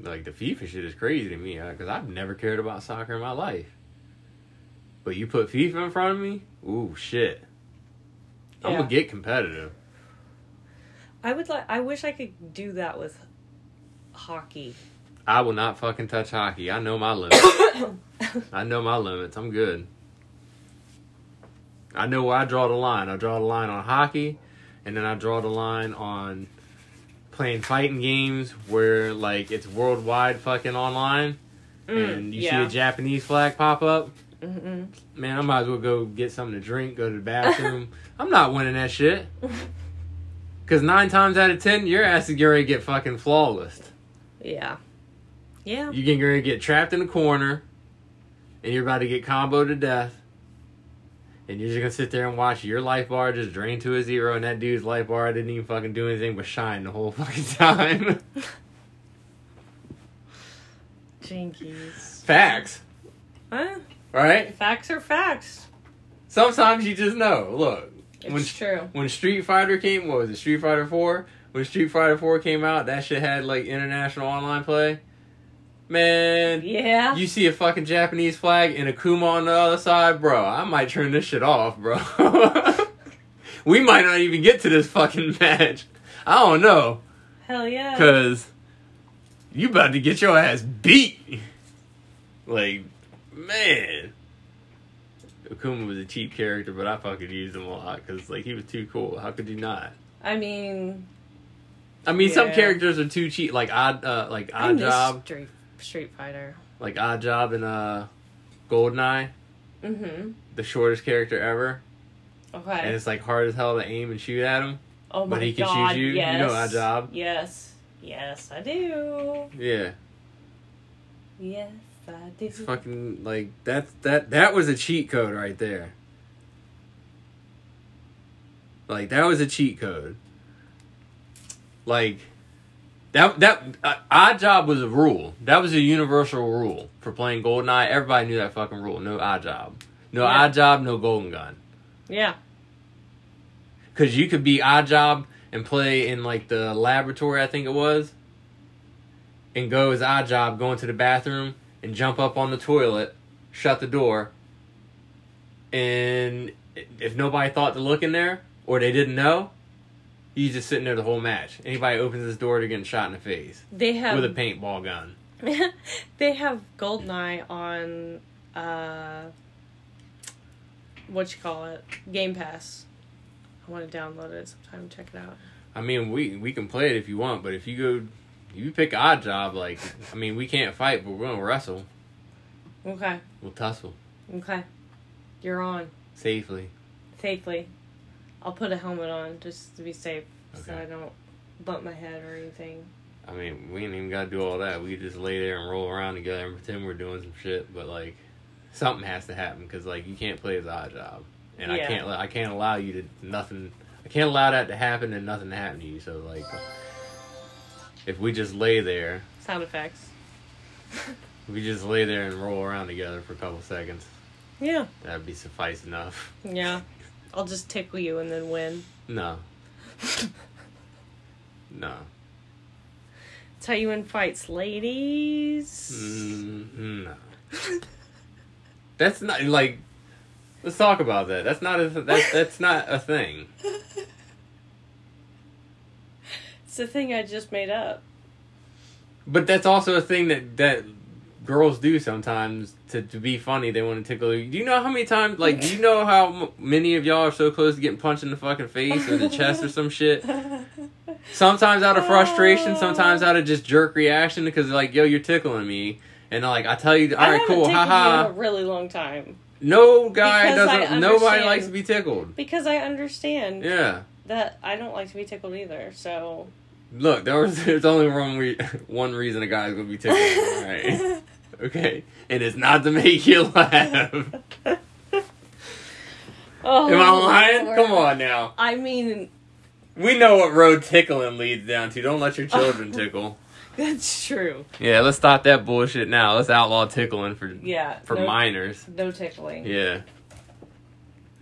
like the FIFA shit is crazy to me because I've never cared about soccer in my life. But you put FIFA in front of me, ooh shit! I'm
Yeah.
gonna get competitive.
I would like I wish I could do that with hockey.
I will not fucking touch hockey. I know my limits.
Mm,
I know my limits. I'm good. I know where I draw the line. I draw the line on hockey, and then I draw the line on playing fighting games where like it's worldwide fucking online,
Mm,
and you see a Japanese flag pop up.
Mm-mm.
Man, I might as well go get something to drink, go to the bathroom. I'm not winning that shit. Cause nine times out of ten, your ass is gonna get fucking flawless.
Yeah. Yeah.
You can gonna get trapped in a corner, and you're about to get comboed to death, and you're just gonna sit there and watch your life bar just drain to a zero, and that dude's life bar didn't even fucking do anything but shine the whole fucking time.
Jinkies.
Facts,
Huh?
right?
Facts are facts.
Sometimes you just know. Look,
It's
when
true.
when Street Fighter came, what was it? Street Fighter Four. When Street Fighter Four came out, that shit had like international online play. Man,
Yeah.
You see a fucking Japanese flag and a Kuma on the other side, bro. I might turn this shit off, bro. we might not even get to this fucking match. I don't know,
Hell yeah.
cause you about to get your ass beat. Like, man, Akuma was a cheap character, but I fucking used him a lot, cause like he was too cool. How could you not?
I mean,
I mean, some
Yeah.
characters are too cheap, like odd, uh, like
I
odd
miss
job,
Street, Street Fighter.
like odd job and uh, Goldeneye.
Mm-hmm.
the shortest character ever, and
Okay.
it's like hard as hell to aim and shoot at him.
oh my
but he can shoot
god.
you. You
Yes.
know my job.
Yes. Yes, I do.
Yeah,
Yes, I do.
it's fucking like that's that that was a cheat code right there. Like that was a cheat code. Like That that uh, odd job was a rule. That was a universal rule for playing GoldenEye. Everybody knew that fucking rule. No odd job. No
Yeah.
odd job. No golden gun.
Yeah.
Because you could be odd job and play in like the laboratory. I think it was. And go as odd job, go into the bathroom and jump up on the toilet, shut the door. And if nobody thought to look in there or they didn't know, you just sitting there the whole match. Anybody opens this door, they're getting shot in the face
They have
with a paintball gun.
they have Goldeneye on uh what you call it? Game Pass. I want to download it sometime and check it out.
I mean, we we can play it if you want, but if you go, you pick odd job. Like, I mean, we can't fight, but we're gonna wrestle.
Okay.
We'll tussle
Okay. You're on
safely.
safely. I'll put a helmet on just to be safe so
Okay.
I don't bump my head or anything.
I mean, we ain't even gotta do all that. We just lay there and roll around together and pretend we're doing some shit. But like, something has to happen because like you can't play as odd job, and I
Yeah.
can't. I can't allow you to nothing. I can't allow that to happen and nothing to happen to you. So like, if we just lay there,
Sound effects.
we just lay there and roll around together for a couple seconds.
Yeah.
That'd be suffice enough.
Yeah. I'll just tickle you and then win.
No. No.
That's how you win fights, ladies.
Mm, no. That's not like. Let's talk about that. That's not a that, that's not a thing.
It's the thing I just made up.
But that's also a thing that that girls do sometimes to, to be funny. They want to tickle you. Do you know how many times? Like, do you know how m- many of y'all are so close to getting punched in the fucking face or the chest or some shit? Sometimes out of frustration, sometimes out of just jerk reaction because like, yo, you're tickling me, and like I tell you, all
I
right,
haven't
cool,
tickled you
haha.
in a really long time
No guy
Because I
doesn't. Nobody
understand.
likes to be tickled.
because I understand
Yeah.
that I don't like to be tickled either. So
Look, there was, there's only one re- one reason a guy's gonna be tickled. All right. Okay. And it's not to make you laugh. Am
oh,
I lying?
Lord.
Come on now.
I mean,
We know what road tickling leads down to. Don't let your
Oh.
children tickle.
that's true.
Yeah, let's stop that bullshit now. Let's outlaw tickling for
Yeah.
for
no,
minors.
No tickling.
Yeah.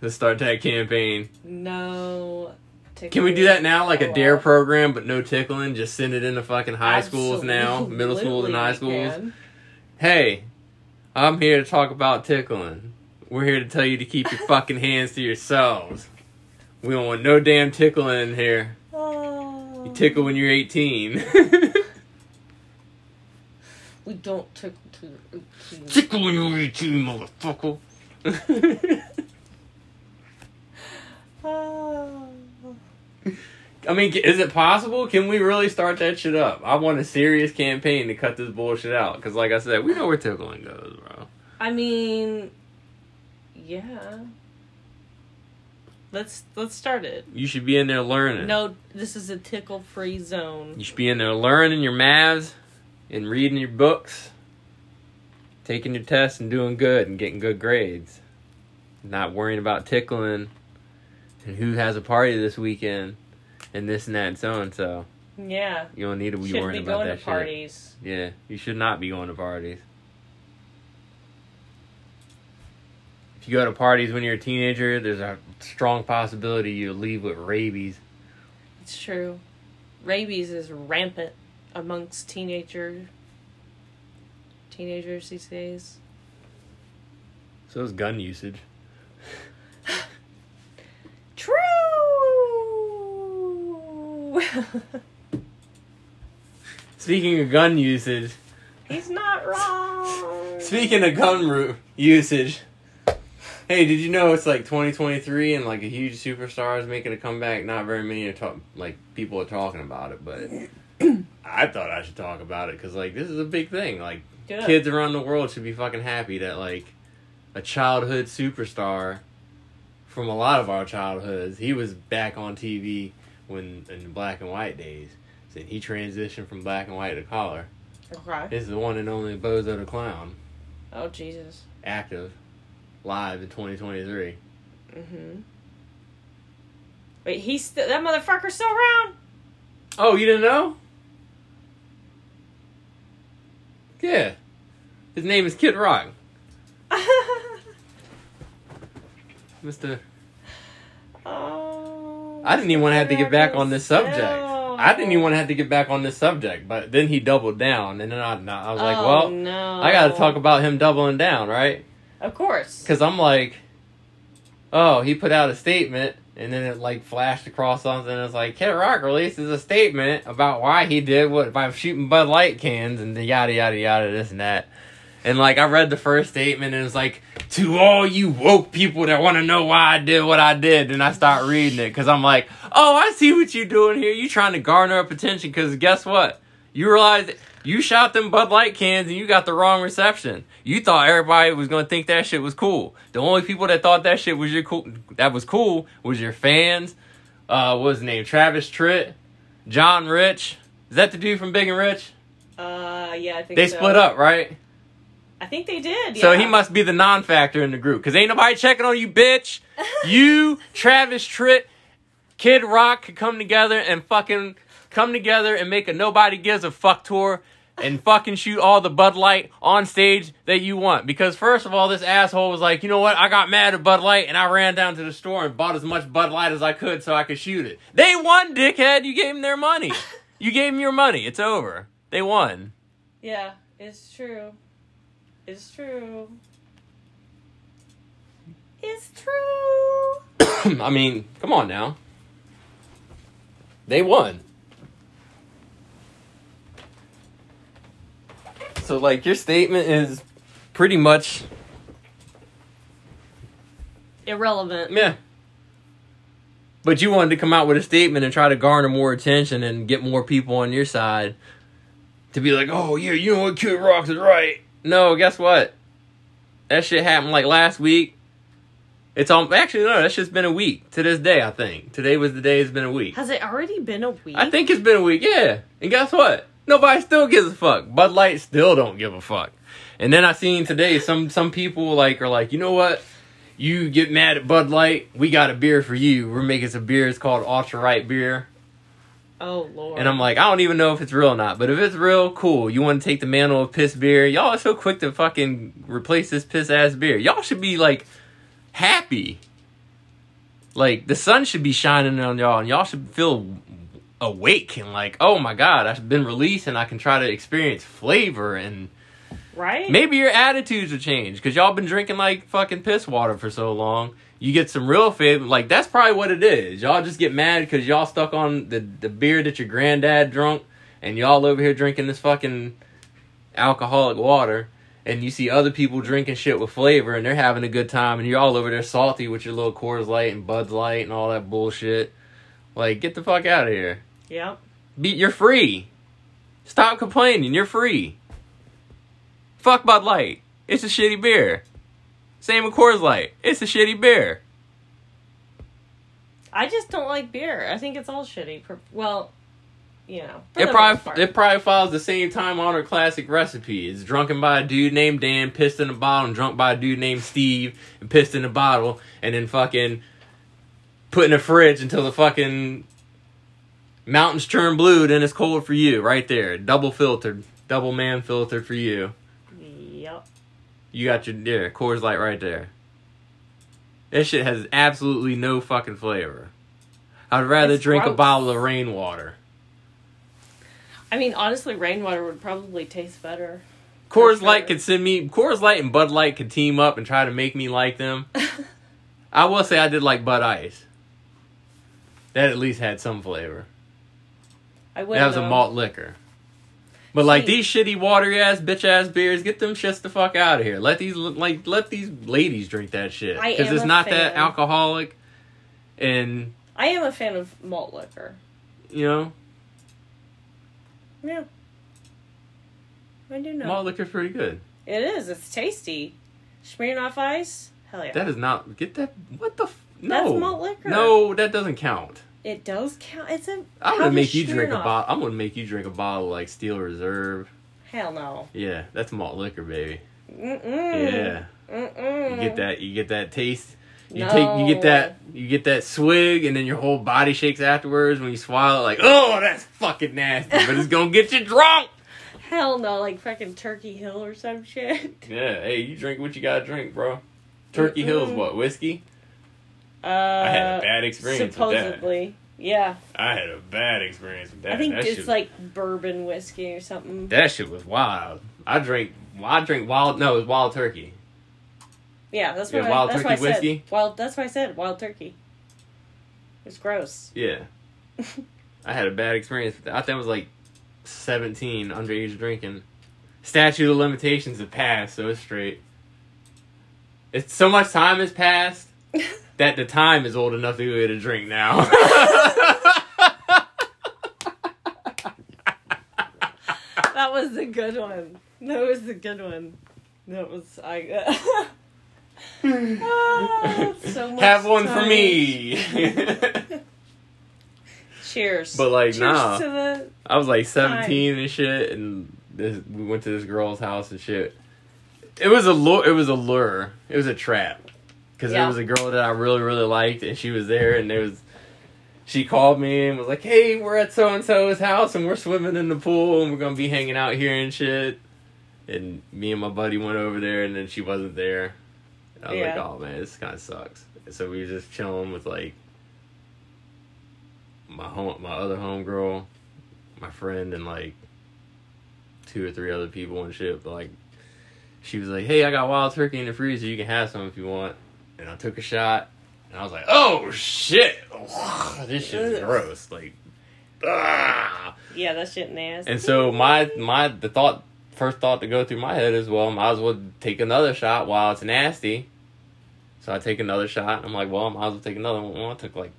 Let's start that campaign.
No tickling.
Can we do that now, like a dare
allowed.
program, but no tickling? Just send it into fucking high schools now,
Absolutely,
middle schools and high
we
schools.
can.
Hey, I'm here to talk about tickling. We're here to tell you to keep your fucking hands to yourselves. We don't want no damn tickling in here.
Oh.
You tickle when you're 18.
We don't tickle to. to-
tickle when you're 18, motherfucker.
Oh.
I mean, is it possible? Can we really start that shit up? I want a serious campaign to cut this bullshit out. Because, like I said, we know where tickling goes, bro.
I mean, yeah. Let's let's start it.
You should be in there learning.
No, this is a tickle-free zone.
You should be in there learning your maths and reading your books, taking your tests and doing good and getting good grades. Not worrying about tickling and who has a party this weekend and this and that and so and so.
Yeah,
You don't need to be
should
worrying
be
about
going to
that shit.
parties.
Yeah, you should not be going to parties. If you go to parties when you're a teenager, there's a strong possibility you'll leave with rabies.
It's true. Rabies is rampant amongst teenager teenagers these days.
So is gun usage.
True.
Speaking of gun usage,
He's not wrong.
Speaking of gun ru- usage, hey, did you know it's like 2023 and like a huge superstar is making a comeback? Not very many are talk- like people are talking about it, but I thought I should talk about it because like this is a big thing. Like
Good.
kids around the world should be fucking happy that like a childhood superstar from a lot of our childhoods, he was back on TV when in the black and white days. And he transitioned from black and white to color.
Okay.
This is the one and only Bozo the Clown
Oh Jesus.
active live in 2023.
Mm-hmm.
Mhm. Wait, he's st- that motherfucker's still around.
Oh, you didn't know? Yeah. His name is Kid Rock. Mr.
oh,
I didn't even want to have to get back on this subject.
No.
I didn't even want to have to get back on this subject, but then he doubled down, and then I, I was like,
Oh,
well,
no.
I got to talk about him doubling down, right?
Of course.
Because I'm like, oh, he put out a statement, and then it like flashed across something. And it's like, Kid Rock releases a statement about why he did what by shooting Bud Light cans and the yada yada yada this and that. And like I read the first statement and it was like to all you woke people that want to know why I did what I did, and I start reading it because I'm like, oh, I see what you're doing here. You trying to garner up attention because guess what? You realize that you shot them Bud Light cans and you got the wrong reception. You thought everybody was gonna think that shit was cool. The only people that thought that shit was your cool that was cool was your fans. Uh, what was his name? Travis Tritt, John Rich. Is that the dude from Big and Rich?
Uh, yeah, I think
They
so.
split up, right?
I think they did.
So
yeah.
he must be the non-factor in the group, cause ain't nobody checking on you, bitch. you, Travis Tritt, Kid Rock could come together and fucking come together and make a nobody gives a fuck tour and fucking shoot all the Bud Light on stage that you want. Because first of all, this asshole was like, you know what? I got mad at Bud Light and I ran down to the store and bought as much Bud Light as I could so I could shoot it. They won, dickhead. You gave them their money. you gave them your money. It's over. They won.
Yeah, it's true. It's true. It's true.
I mean, come on now. They won. So like your statement is pretty much
Irrelevant.
yeah. But you wanted to come out with a statement and try to garner more attention and get more people on your side to be like, "Oh, yeah, you know what Kid Rock is right." No, guess what? That shit happened like last week. It's on actually no, that shit's been a week to this day, I think. Today was the day it's been a week.
Has it already been a week?
I think it's been a week, yeah. And guess what? Nobody still gives a fuck. Bud Light still don't give a fuck. And then I seen today some some people like are like, you know what? You get mad at Bud Light, we got a beer for you. We're making some beer. It's called Ultra Right beer.
Oh lord.
And I'm like, I don't even know if it's real or not. But if it's real, cool. You want to take the mantle of piss beer? Y'all are so quick to fucking replace this piss ass beer. Y'all should be like happy. Like the sun should be shining on y'all, and y'all should feel awake and like, oh my god, I've been released, and I can try to experience flavor, and
Right?
maybe your attitudes will change because y'all been drinking like fucking piss water for so long. You get some real fib, like that's probably what it is. Y'all just get mad because y'all stuck on the the beer that your granddad drunk, and y'all over here drinking this fucking alcoholic water. And you see other people drinking shit with flavor, and they're having a good time, and you're all over there salty with your little Coors Light and Bud Light and all that bullshit. Like, get the fuck out of here.
Yep.
Be, you're free. Stop complaining. You're free. Fuck Bud Light. It's a shitty beer. Same with Coors Light. It's a shitty beer.
I just don't like beer. I think it's all shitty. per- Well, you know. for the
It
most part.
probably it probably follows the same time honor classic recipe. It's drunken by a dude named Dan, pissed in a bottle, and drunk by a dude named Steve, and pissed in a bottle, and then fucking put in a fridge until the fucking mountains turn blue. Then it's cold for you, right there. Double filtered, double man filtered for you.
Yep.
You got your yeah, Coors Light right there. That shit has absolutely no fucking flavor. I'd rather
It's
drink a
gross.
bottle of rainwater.
I mean, honestly, rainwater would probably taste better.
Coors
For
Light
sure.
could send me. Coors Light and Bud Light could team up and try to make me like them. I will say I did like Bud Ice. That at least had some flavor.
I would.
That was a
though.
malt liquor. But like
See-
these shitty watery ass bitch ass beers, get them shits the fuck out of here. Let these like let these ladies drink that shit
I
because
am
it's
a
not that
fan.
alcoholic, and
I am a fan of malt liquor.
you know
Yeah. I do know.
malt liquor's pretty good.
it is. It's tasty. Smirnoff Ice. Hell yeah.
That is not get that what the f- no
That's malt liquor.
no that doesn't count.
it does count. It's a.
I'm
how
gonna
does
make you drink a
Smirnoff-
bottle. I'm gonna make you drink a bottle like Steel Reserve.
Hell no.
Yeah, that's malt liquor, baby.
Mm-mm.
Yeah.
Mm-mm.
You get that. You get that taste. You
No.
take. You get that. You get that swig, and then your whole body shakes afterwards when you swallow. it, Like, oh, that's fucking nasty, but it's gonna get you drunk.
Hell no, like fucking Turkey Hill or some shit.
Yeah, hey, you drink what you gotta drink, bro. Mm-hmm. Turkey Hill's
Mm-mm.
what whiskey?
Uh,
I had a bad experience with that.
supposedly, yeah.
I had a bad experience with that.
I think
that
it's
shit,
like bourbon whiskey or something.
that shit was wild. I drank, I drink wild. No, it was wild turkey.
yeah, that's
Yeah,
what I,
wild
that's
turkey
what I said.
whiskey?
Wild, that's what I said. Wild turkey. It's gross.
Yeah, I had a bad experience with that. I think I was like seventeen, underage drinking. Statute of limitations had passed, so it's straight. It's so much time has passed that the time is old enough to be able to drink now.
that was the good one. That was the good one. That was I. Ah, so much
Have one for
time.
me.
Cheers.
But, like,
Cheers
nah.
To the,
I was like 17 and shit, and this, we went to this girl's house and shit. It was a lure. It was a lure. It was a trap. Because
Yeah.
there was a girl that I really, really liked, and she was there, and there was. She called me and was like, "Hey, we're at so and so's house, and we're swimming in the pool, and we're gonna be hanging out here and shit." And me and my buddy went over there, and then she wasn't there. And I was like,
Yeah.
"Oh man, this kind of sucks." So we were just chilling with like my home, my other homegirl, my friend, and like two or three other people and shit. But like, she was like, "Hey, I got wild turkey in the freezer. You can have some if you want." And I took a shot, and I was like, "Oh shit, this shit is
Ugh.
gross!" Like, ah.
yeah, that shit nasty.
And so my my the thought first thought to go through my head is, well, I might as well take another shot while it's nasty. So I take another shot. And I'm like, well, I might as well take another one. Well, I took like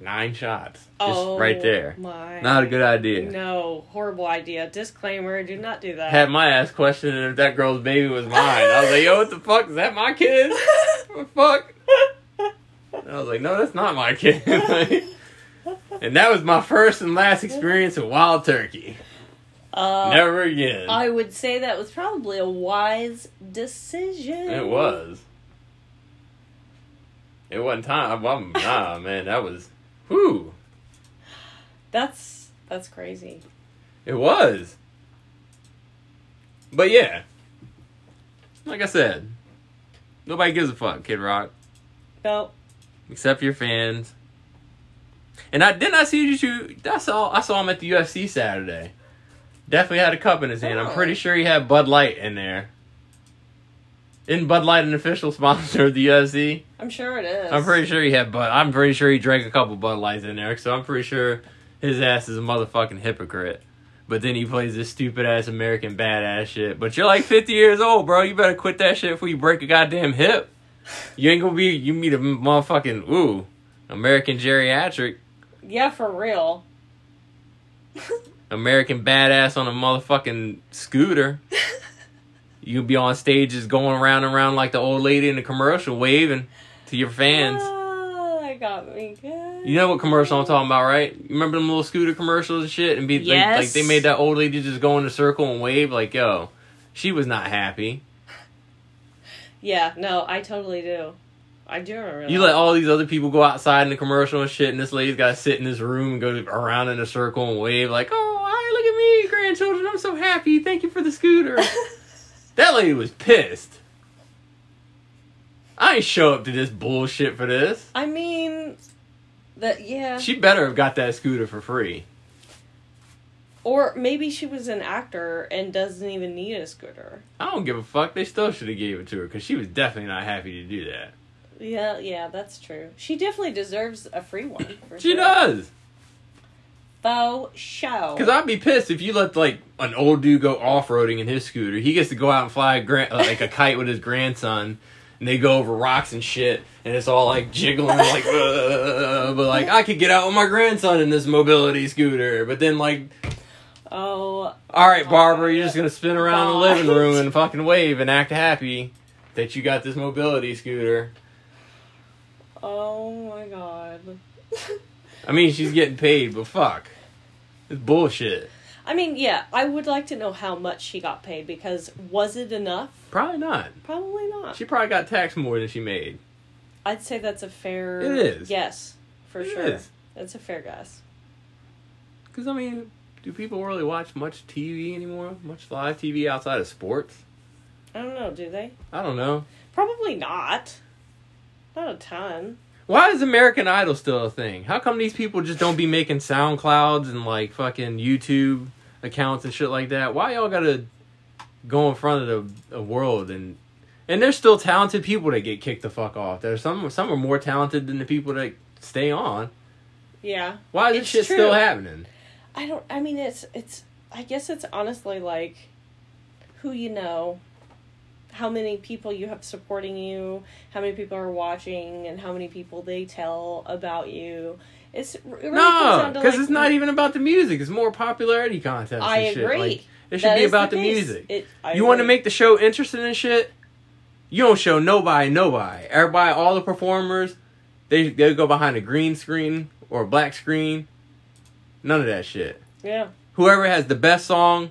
nine shots just
oh,
right there.
My.
Not a good idea.
No, horrible idea. Disclaimer: Do not do that.
Had my ass questioning if that girl's baby was mine. I was like, yo, what the fuck? Is that my kid? What the fuck? And I was like, no, that's not my kid. Like, and that was my first and last experience with wild turkey.
Uh,
Never again.
I would say that was probably a wise decision.
It was. It wasn't time. I'm, I'm- nah, man, that was. Whoo!
That's that's crazy.
It was. But yeah, like I said, nobody gives a fuck, Kid Rock,
No,
except your fans. And I didn't I see you shoot. I saw I saw him at the UFC Saturday. Definitely had a cup in his hand. I'm
Oh.
pretty sure he had Bud Light in there. Isn't Bud Light an official sponsor of the UFC?
I'm sure it is.
I'm pretty sure he had Bud. I'm pretty sure he drank a couple Bud Lights in there. So I'm pretty sure his ass is a motherfucking hypocrite. But then he plays this stupid ass American badass shit. But you're like 50 years old, bro. You better quit that shit before you break a goddamn hip. You ain't gonna be. You meet a motherfucking ooh American geriatric,
Yeah, for real.
American badass on a motherfucking scooter. You'll be on stage just going around and around like the old lady in the commercial, waving to your fans.
Ah, that got me good.
You know what commercial I'm talking about, right? You remember them little scooter commercials and shit, and be
Yes.
like, like they made that old lady just go in a circle and wave, like yo, she was not happy.
Yeah, no, I totally do. I do remember.
You
that.
let all these other people go outside in the commercial and shit, and this lady's got to sit in this room and go around in a circle and wave, like oh, hi, look at me, grandchildren, I'm so happy, thank you for the scooter. that lady was pissed. I ain't show up to this bullshit for this.
I mean, that yeah.
She better have got that scooter for free.
or maybe she was an actor and doesn't even need a scooter.
I don't give a fuck. They still should have gave it to her because she was definitely not happy to do that.
Yeah, yeah, that's true. She definitely deserves a free one. For
She
sure.
does.
Faux show.
Because I'd be pissed if you let like an old dude go off roading in his scooter. He gets to go out and fly a gran- uh, like a kite with his grandson, and they go over rocks and shit, and it's all like jiggling like. "Uh," but like I could get out with my grandson in this mobility scooter, but then like.
oh,
All right, Barbara, you're just gonna spin around the
God.
living room and fucking wave and act happy that you got this mobility scooter.
oh my god.
I mean, she's getting paid, but fuck, it's bullshit.
I mean, yeah, I would like to know how much she got paid because was it enough?
Probably not.
Probably not.
She probably got taxed more than she made.
I'd say that's a fair.
It is.
Yes, for
It
sure.
is.
That's a fair guess.
Because, I mean, do people really watch much TV anymore? Much live TV outside of sports?
I don't know, do they?
I don't know.
Probably not. Not a ton.
Why is American Idol still a thing? How come these people just don't be making SoundClouds and like fucking YouTube accounts and shit like that? Why y'all gotta go in front of the, the world and and there's still talented people that get kicked the fuck off. There's some some are more talented than the people that stay on.
Yeah.
Why is this
It's
shit
true.
still happening?
I don't I mean it's it's I guess it's honestly like who you know, how many people you have supporting you, how many people are watching and how many people they tell about you. It's it really comes
no,
down to,
because
like,
it's not even about the music. It's more popularity contests.
I
and shit.
agree.
Like, it should
that
be
is
about the,
case.
music.
It, I
you want to
agree.
make the show interesting and shit. You don't show nobody, nobody. Everybody, all the performers, they they go behind a green screen or a black screen. None of that shit.
Yeah.
Whoever has the best song,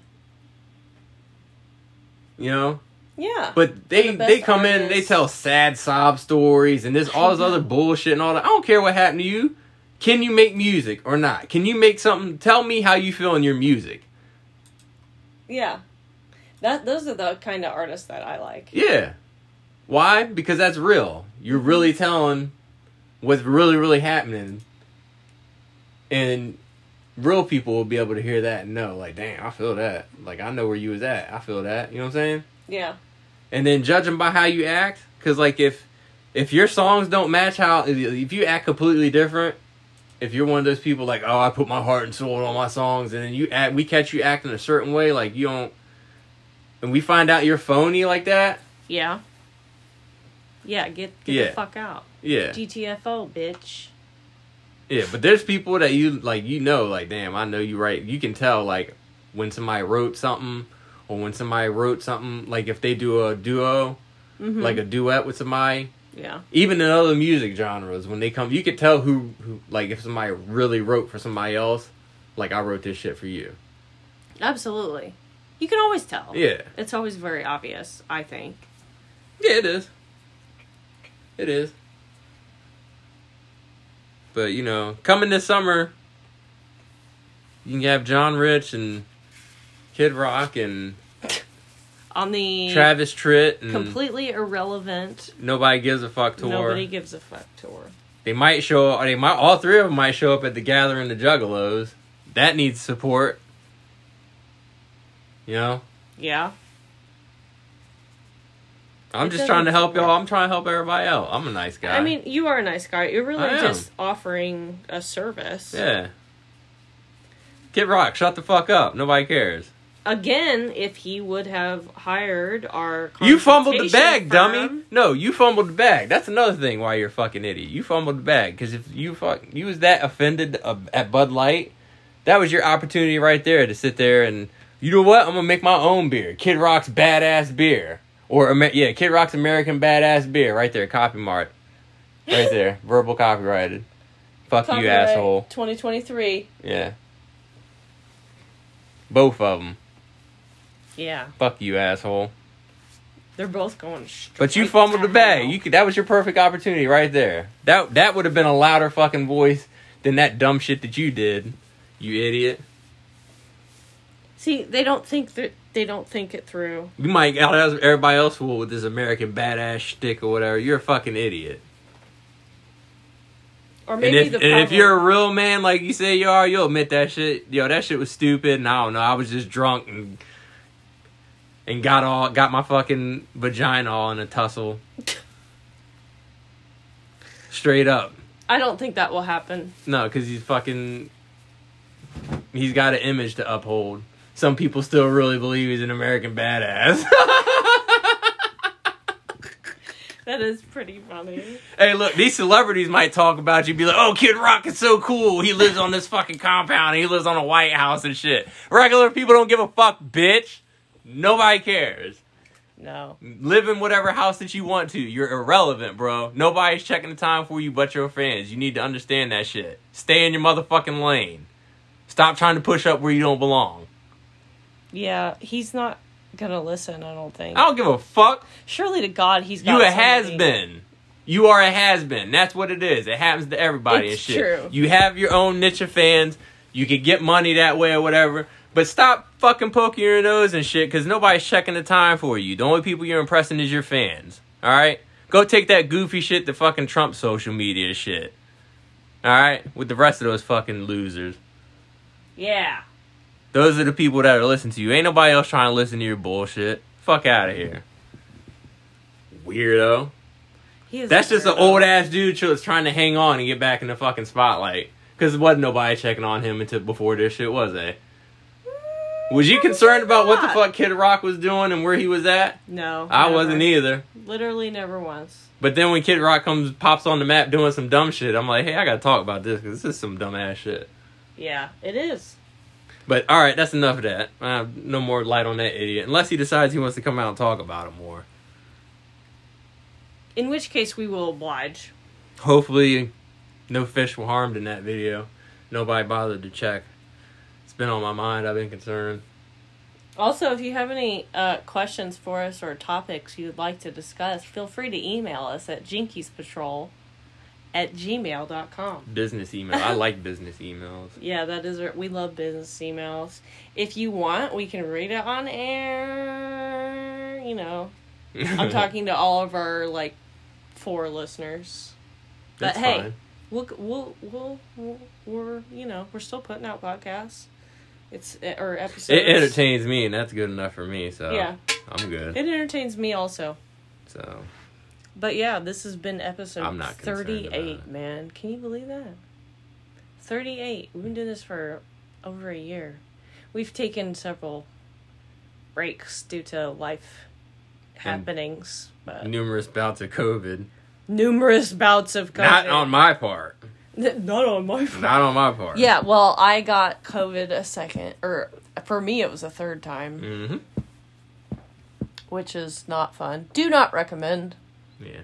you know,
Yeah.
But they
the best
they come in and they
artists.
tell sad sob stories and this all this other bullshit and all that. I don't care what happened to you. Can you make music or not? Can you make something? Tell me how you feel in your music.
yeah. That those are the kind of artists that I like.
Yeah. Why? Because that's real. You're really
Mm-hmm.
telling what's really really happening, and real people will be able to hear that and know, like, damn, I feel that. Like, I know where you was at. I feel that. You know what I'm saying?
Yeah.
and then judging by how you act because like if if your songs don't match how if you act completely different if you're one of those people like oh i put my heart and soul on my songs and then you act we catch you acting a certain way like you don't and we find out you're phony like that
Yeah. Yeah, get get
Yeah.
the fuck out.
yeah
GTFO, bitch.
yeah but there's people that you like you know like damn i know you right you can tell like when somebody wrote something or when somebody wrote something like if they do a duo
Mm-hmm.
like a duet with somebody
Yeah.
even in other music genres when they come you could tell who, who like if somebody really wrote for somebody else like i wrote this shit for you
Absolutely. You can always tell.
yeah
It's always very obvious, I think.
yeah it is it is but you know coming this summer you can have john rich and kid rock and
On the
travis tritt and
completely irrelevant
nobody gives a fuck mm. tour
nobody gives a fuck tour.
they might show up. They might all three of them might show up at the gathering. The Juggalos that needs support. You know,
Yeah.
I'm
It
just
doesn't
trying to help
support.
y'all. I'm trying to help everybody out. I'm a nice guy.
I mean, you are a nice guy. You're
I
really
am.
just offering a service.
yeah. Kid Rock, shut the fuck up. Nobody cares.
Again, if he would have hired our
You fumbled the
consultation
bag, dummy.
firm-
No, you fumbled the bag. That's another thing why you're a fucking idiot. You fumbled the bag because if you fuck, you was that offended uh, at Bud Light, that was your opportunity right there to sit there and you know what? I'm gonna make my own beer, Kid Rock's badass beer, or Amer- yeah, Kid Rock's American badass beer, right there, copy mark, right there, verbal copyrighted. Fuck you,
Copyright
asshole.
2023.
Yeah. Both of them.
Yeah.
Fuck you, asshole.
They're both going straight.
But you fumbled the
to
bag.
hell.
You could, that was your perfect opportunity right there. That that would have been a louder fucking voice than that dumb shit that you did. You idiot.
See, they don't think that they don't think it through.
You might out everybody else will with this American badass shtick or whatever. You're a fucking idiot.
Or
And
maybe
if,
the
and if
problem-
you're a real man like you say you are, you'll admit that shit. Yo, that shit was stupid. And I don't know. I was just drunk and and got all got my fucking vagina all in a tussle. Straight up.
I don't think that will happen.
No, because he's fucking. He's got an image to uphold. Some people still really believe he's an American badass.
That is pretty funny.
hey, look, these celebrities might talk about you, be like, "Oh, Kid Rock is so cool. He lives on this fucking compound. He lives on a White House and shit." Regular people don't give a fuck, bitch. Nobody cares.
No.
Live in whatever house that you want to. You're irrelevant, bro. Nobody's checking the time for you but your fans. You need to understand that shit. Stay in your motherfucking lane. Stop trying to push up where you don't belong.
Yeah, he's not gonna listen. I don't think.
I don't give a fuck.
Surely to God, he's
You
got
a has
somebody.
been. You are a has been. That's what it is. It happens to everybody
It's
and shit.
true.
You have your own niche of fans. You could get money that way or whatever. But stop fucking poking your nose and shit because nobody's checking the time for you. The only people you're impressing is your fans. All right? Go take that goofy shit to fucking Trump social media shit. All right? With the rest of those fucking losers.
Yeah.
Those are the people that are listening to you. Ain't nobody else trying to listen to your bullshit. Fuck out of here. Weirdo.
He is
That's just an
weird.
old ass dude tr- that's trying to hang on and get back in the fucking spotlight. Because wasn't nobody checking on him until before this shit, was they? Was you concerned about what the
not.
fuck Kid Rock was doing and where he was at?
No.
I
never.
wasn't either.
Literally never once.
But then when Kid Rock comes pops on the map doing some dumb shit, I'm like, hey, I gotta talk about this because this is some dumb ass shit.
Yeah, it is.
But all right, that's enough of that. Uh, no more light on that idiot, unless he decides he wants to come out and talk about it more.
In which case, we will oblige.
Hopefully, no fish were harmed in that video. Nobody bothered to check. It's been on my mind. I've been concerned.
Also, if you have any uh, questions for us or topics you'd like to discuss, feel free to email us at jinkiespatrol at gmail.com.
Business email. I like business emails.
Yeah, that is our, we love business emails. If you want, we can read it on air. You know, I'm talking to all of our like four listeners. But
That's
hey,
fine.
we'll, we'll, we'll, we'll, we're, you know, we're still putting out podcasts. It's, eh, or episodes.
it entertains me, and that's good enough for me. So
Yeah.
I'm good.
It entertains me also.
So
But yeah, this has been episode
I'm not concerned about
38,
it.
man. Can you believe that? 38. We've been doing this for over a year. We've taken several breaks due to life happenings, but
numerous bouts of COVID.
numerous bouts of COVID.
Not on my part.
Not on my phone.
Not on my part.
Yeah, well, I got COVID a second, or for me, it was a third time,
hmm
which is not fun. Do not recommend.
Yeah.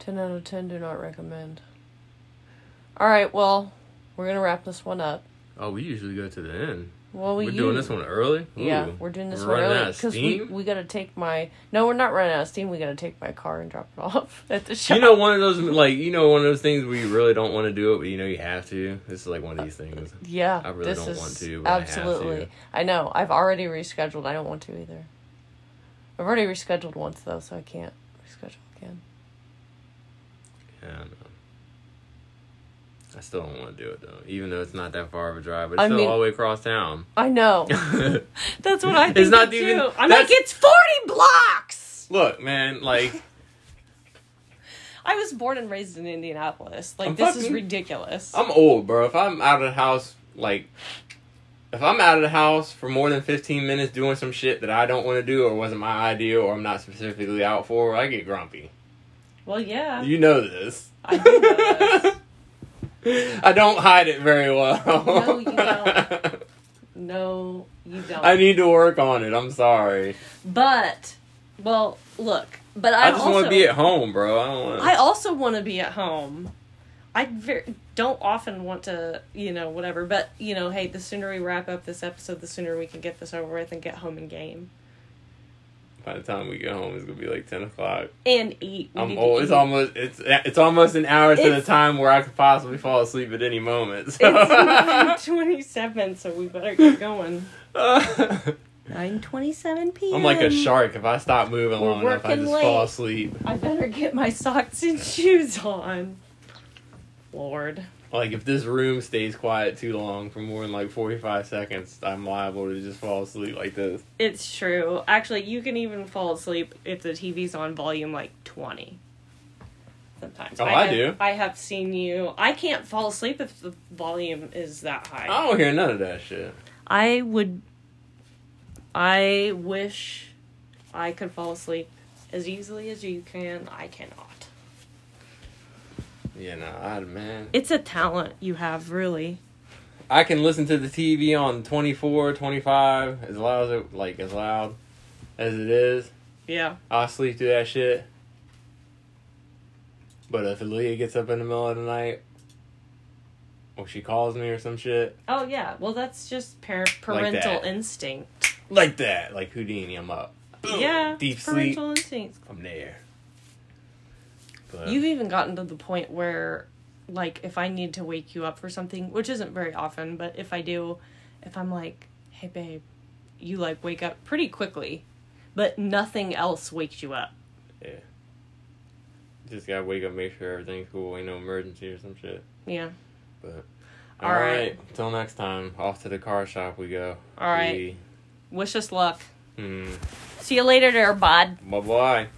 10 out of 10 do not recommend. All right, well, we're going to wrap this one up.
Oh, we usually go to the end.
Well, we
We're doing
u-
this one early.
Yeah,
Ooh.
we're doing this
We're
one
running
early
out of
because we,
steam.
we got to take my. No, we're not running out of steam. We got to take my car and drop it off at the shop.
you know, one of those like you know one of those things where you really don't want to do it, but you know you have to. This is like one of these things.
yeah,
I really
this
don't
is
want to, but I have
absolutely.
to.
I know. I've already rescheduled. I don't want to either. I've already rescheduled once though, so I can't reschedule again.
Yeah, I, don't know. I still don't want to do it though, even though it's not that far of a drive, but it's
I
still
mean-
all the way across town.
I know. That's what I think. It's
not
not
even-
even. I'm
that's-
like, it's forty blocks.
Look, man, like
I was born and raised in Indianapolis. Like
I'm
this is
fucking-
ridiculous.
I'm old, bro. If I'm out of the house, like, if I'm out of the house for more than 15 minutes doing some shit that I don't want to do or wasn't my idea or I'm not specifically out for, I get grumpy.
well, yeah.
You know this.
I do know
I don't hide it very well.
No, you don't. no, you don't.
I need to work on it. I'm sorry.
But well, look. But I,
I, just
also,
want to be at home, bro. I don't want.
I also want to be at home. I very, don't often want to, you know, whatever. But you know, hey, the sooner we wrap up this episode, the sooner we can get this over with and get home and game
By the time we get home, it's gonna be like 10 o'clock.
and eat. We need
I'm
to
old. It's
eat.
almost it's it's almost an hour to the
It's-
time where I could possibly fall asleep at any moment. so-
It's nine twenty-seven, so we better get going.
I'm
Nine twenty-seven p.m.
like a shark. If I stop moving
We're
long enough, I
working
just fall
late.
asleep.
I better get my socks and shoes on. Lord.
Like if this room stays quiet too long for more than like 45 seconds, I'm liable to just fall asleep like this.
It's true. Actually, you can even fall asleep if the TV's on volume like 20. Sometimes.
Oh, I
have-
do.
I have seen you. I can't fall asleep if the volume is that high.
I don't hear none of that shit.
I would. I wish I could fall asleep as easily as you can. I cannot.
Yeah, no, I man.
It's a talent you have, really.
I can listen to the TV on 24, 25 as loud as it, like as loud as it is.
Yeah.
I'll sleep through that shit. But if Aaliyah gets up in the middle of the night, or she calls me or some shit,
Oh, yeah. Well, that's just par- parental
that.
instinct.
like that, like Houdini, I'm up. Boom.
Yeah.
Oh, deep
it's
sleep.
Parental instinct.
I'm there. But
You've even gotten to the point where like if I need to wake you up for something, which isn't very often, but if I do, if I'm like, "Hey babe, you like wake up pretty quickly." But nothing else wakes you up.
Yeah. Just gotta wake up, make sure everything's cool, ain't no emergency or some shit.
Yeah.
But
All
all
right.
right. Till next time. Off to the car shop we go.
All right. Wish us luck.
We, mm,
See you later there, bud.
bye bye.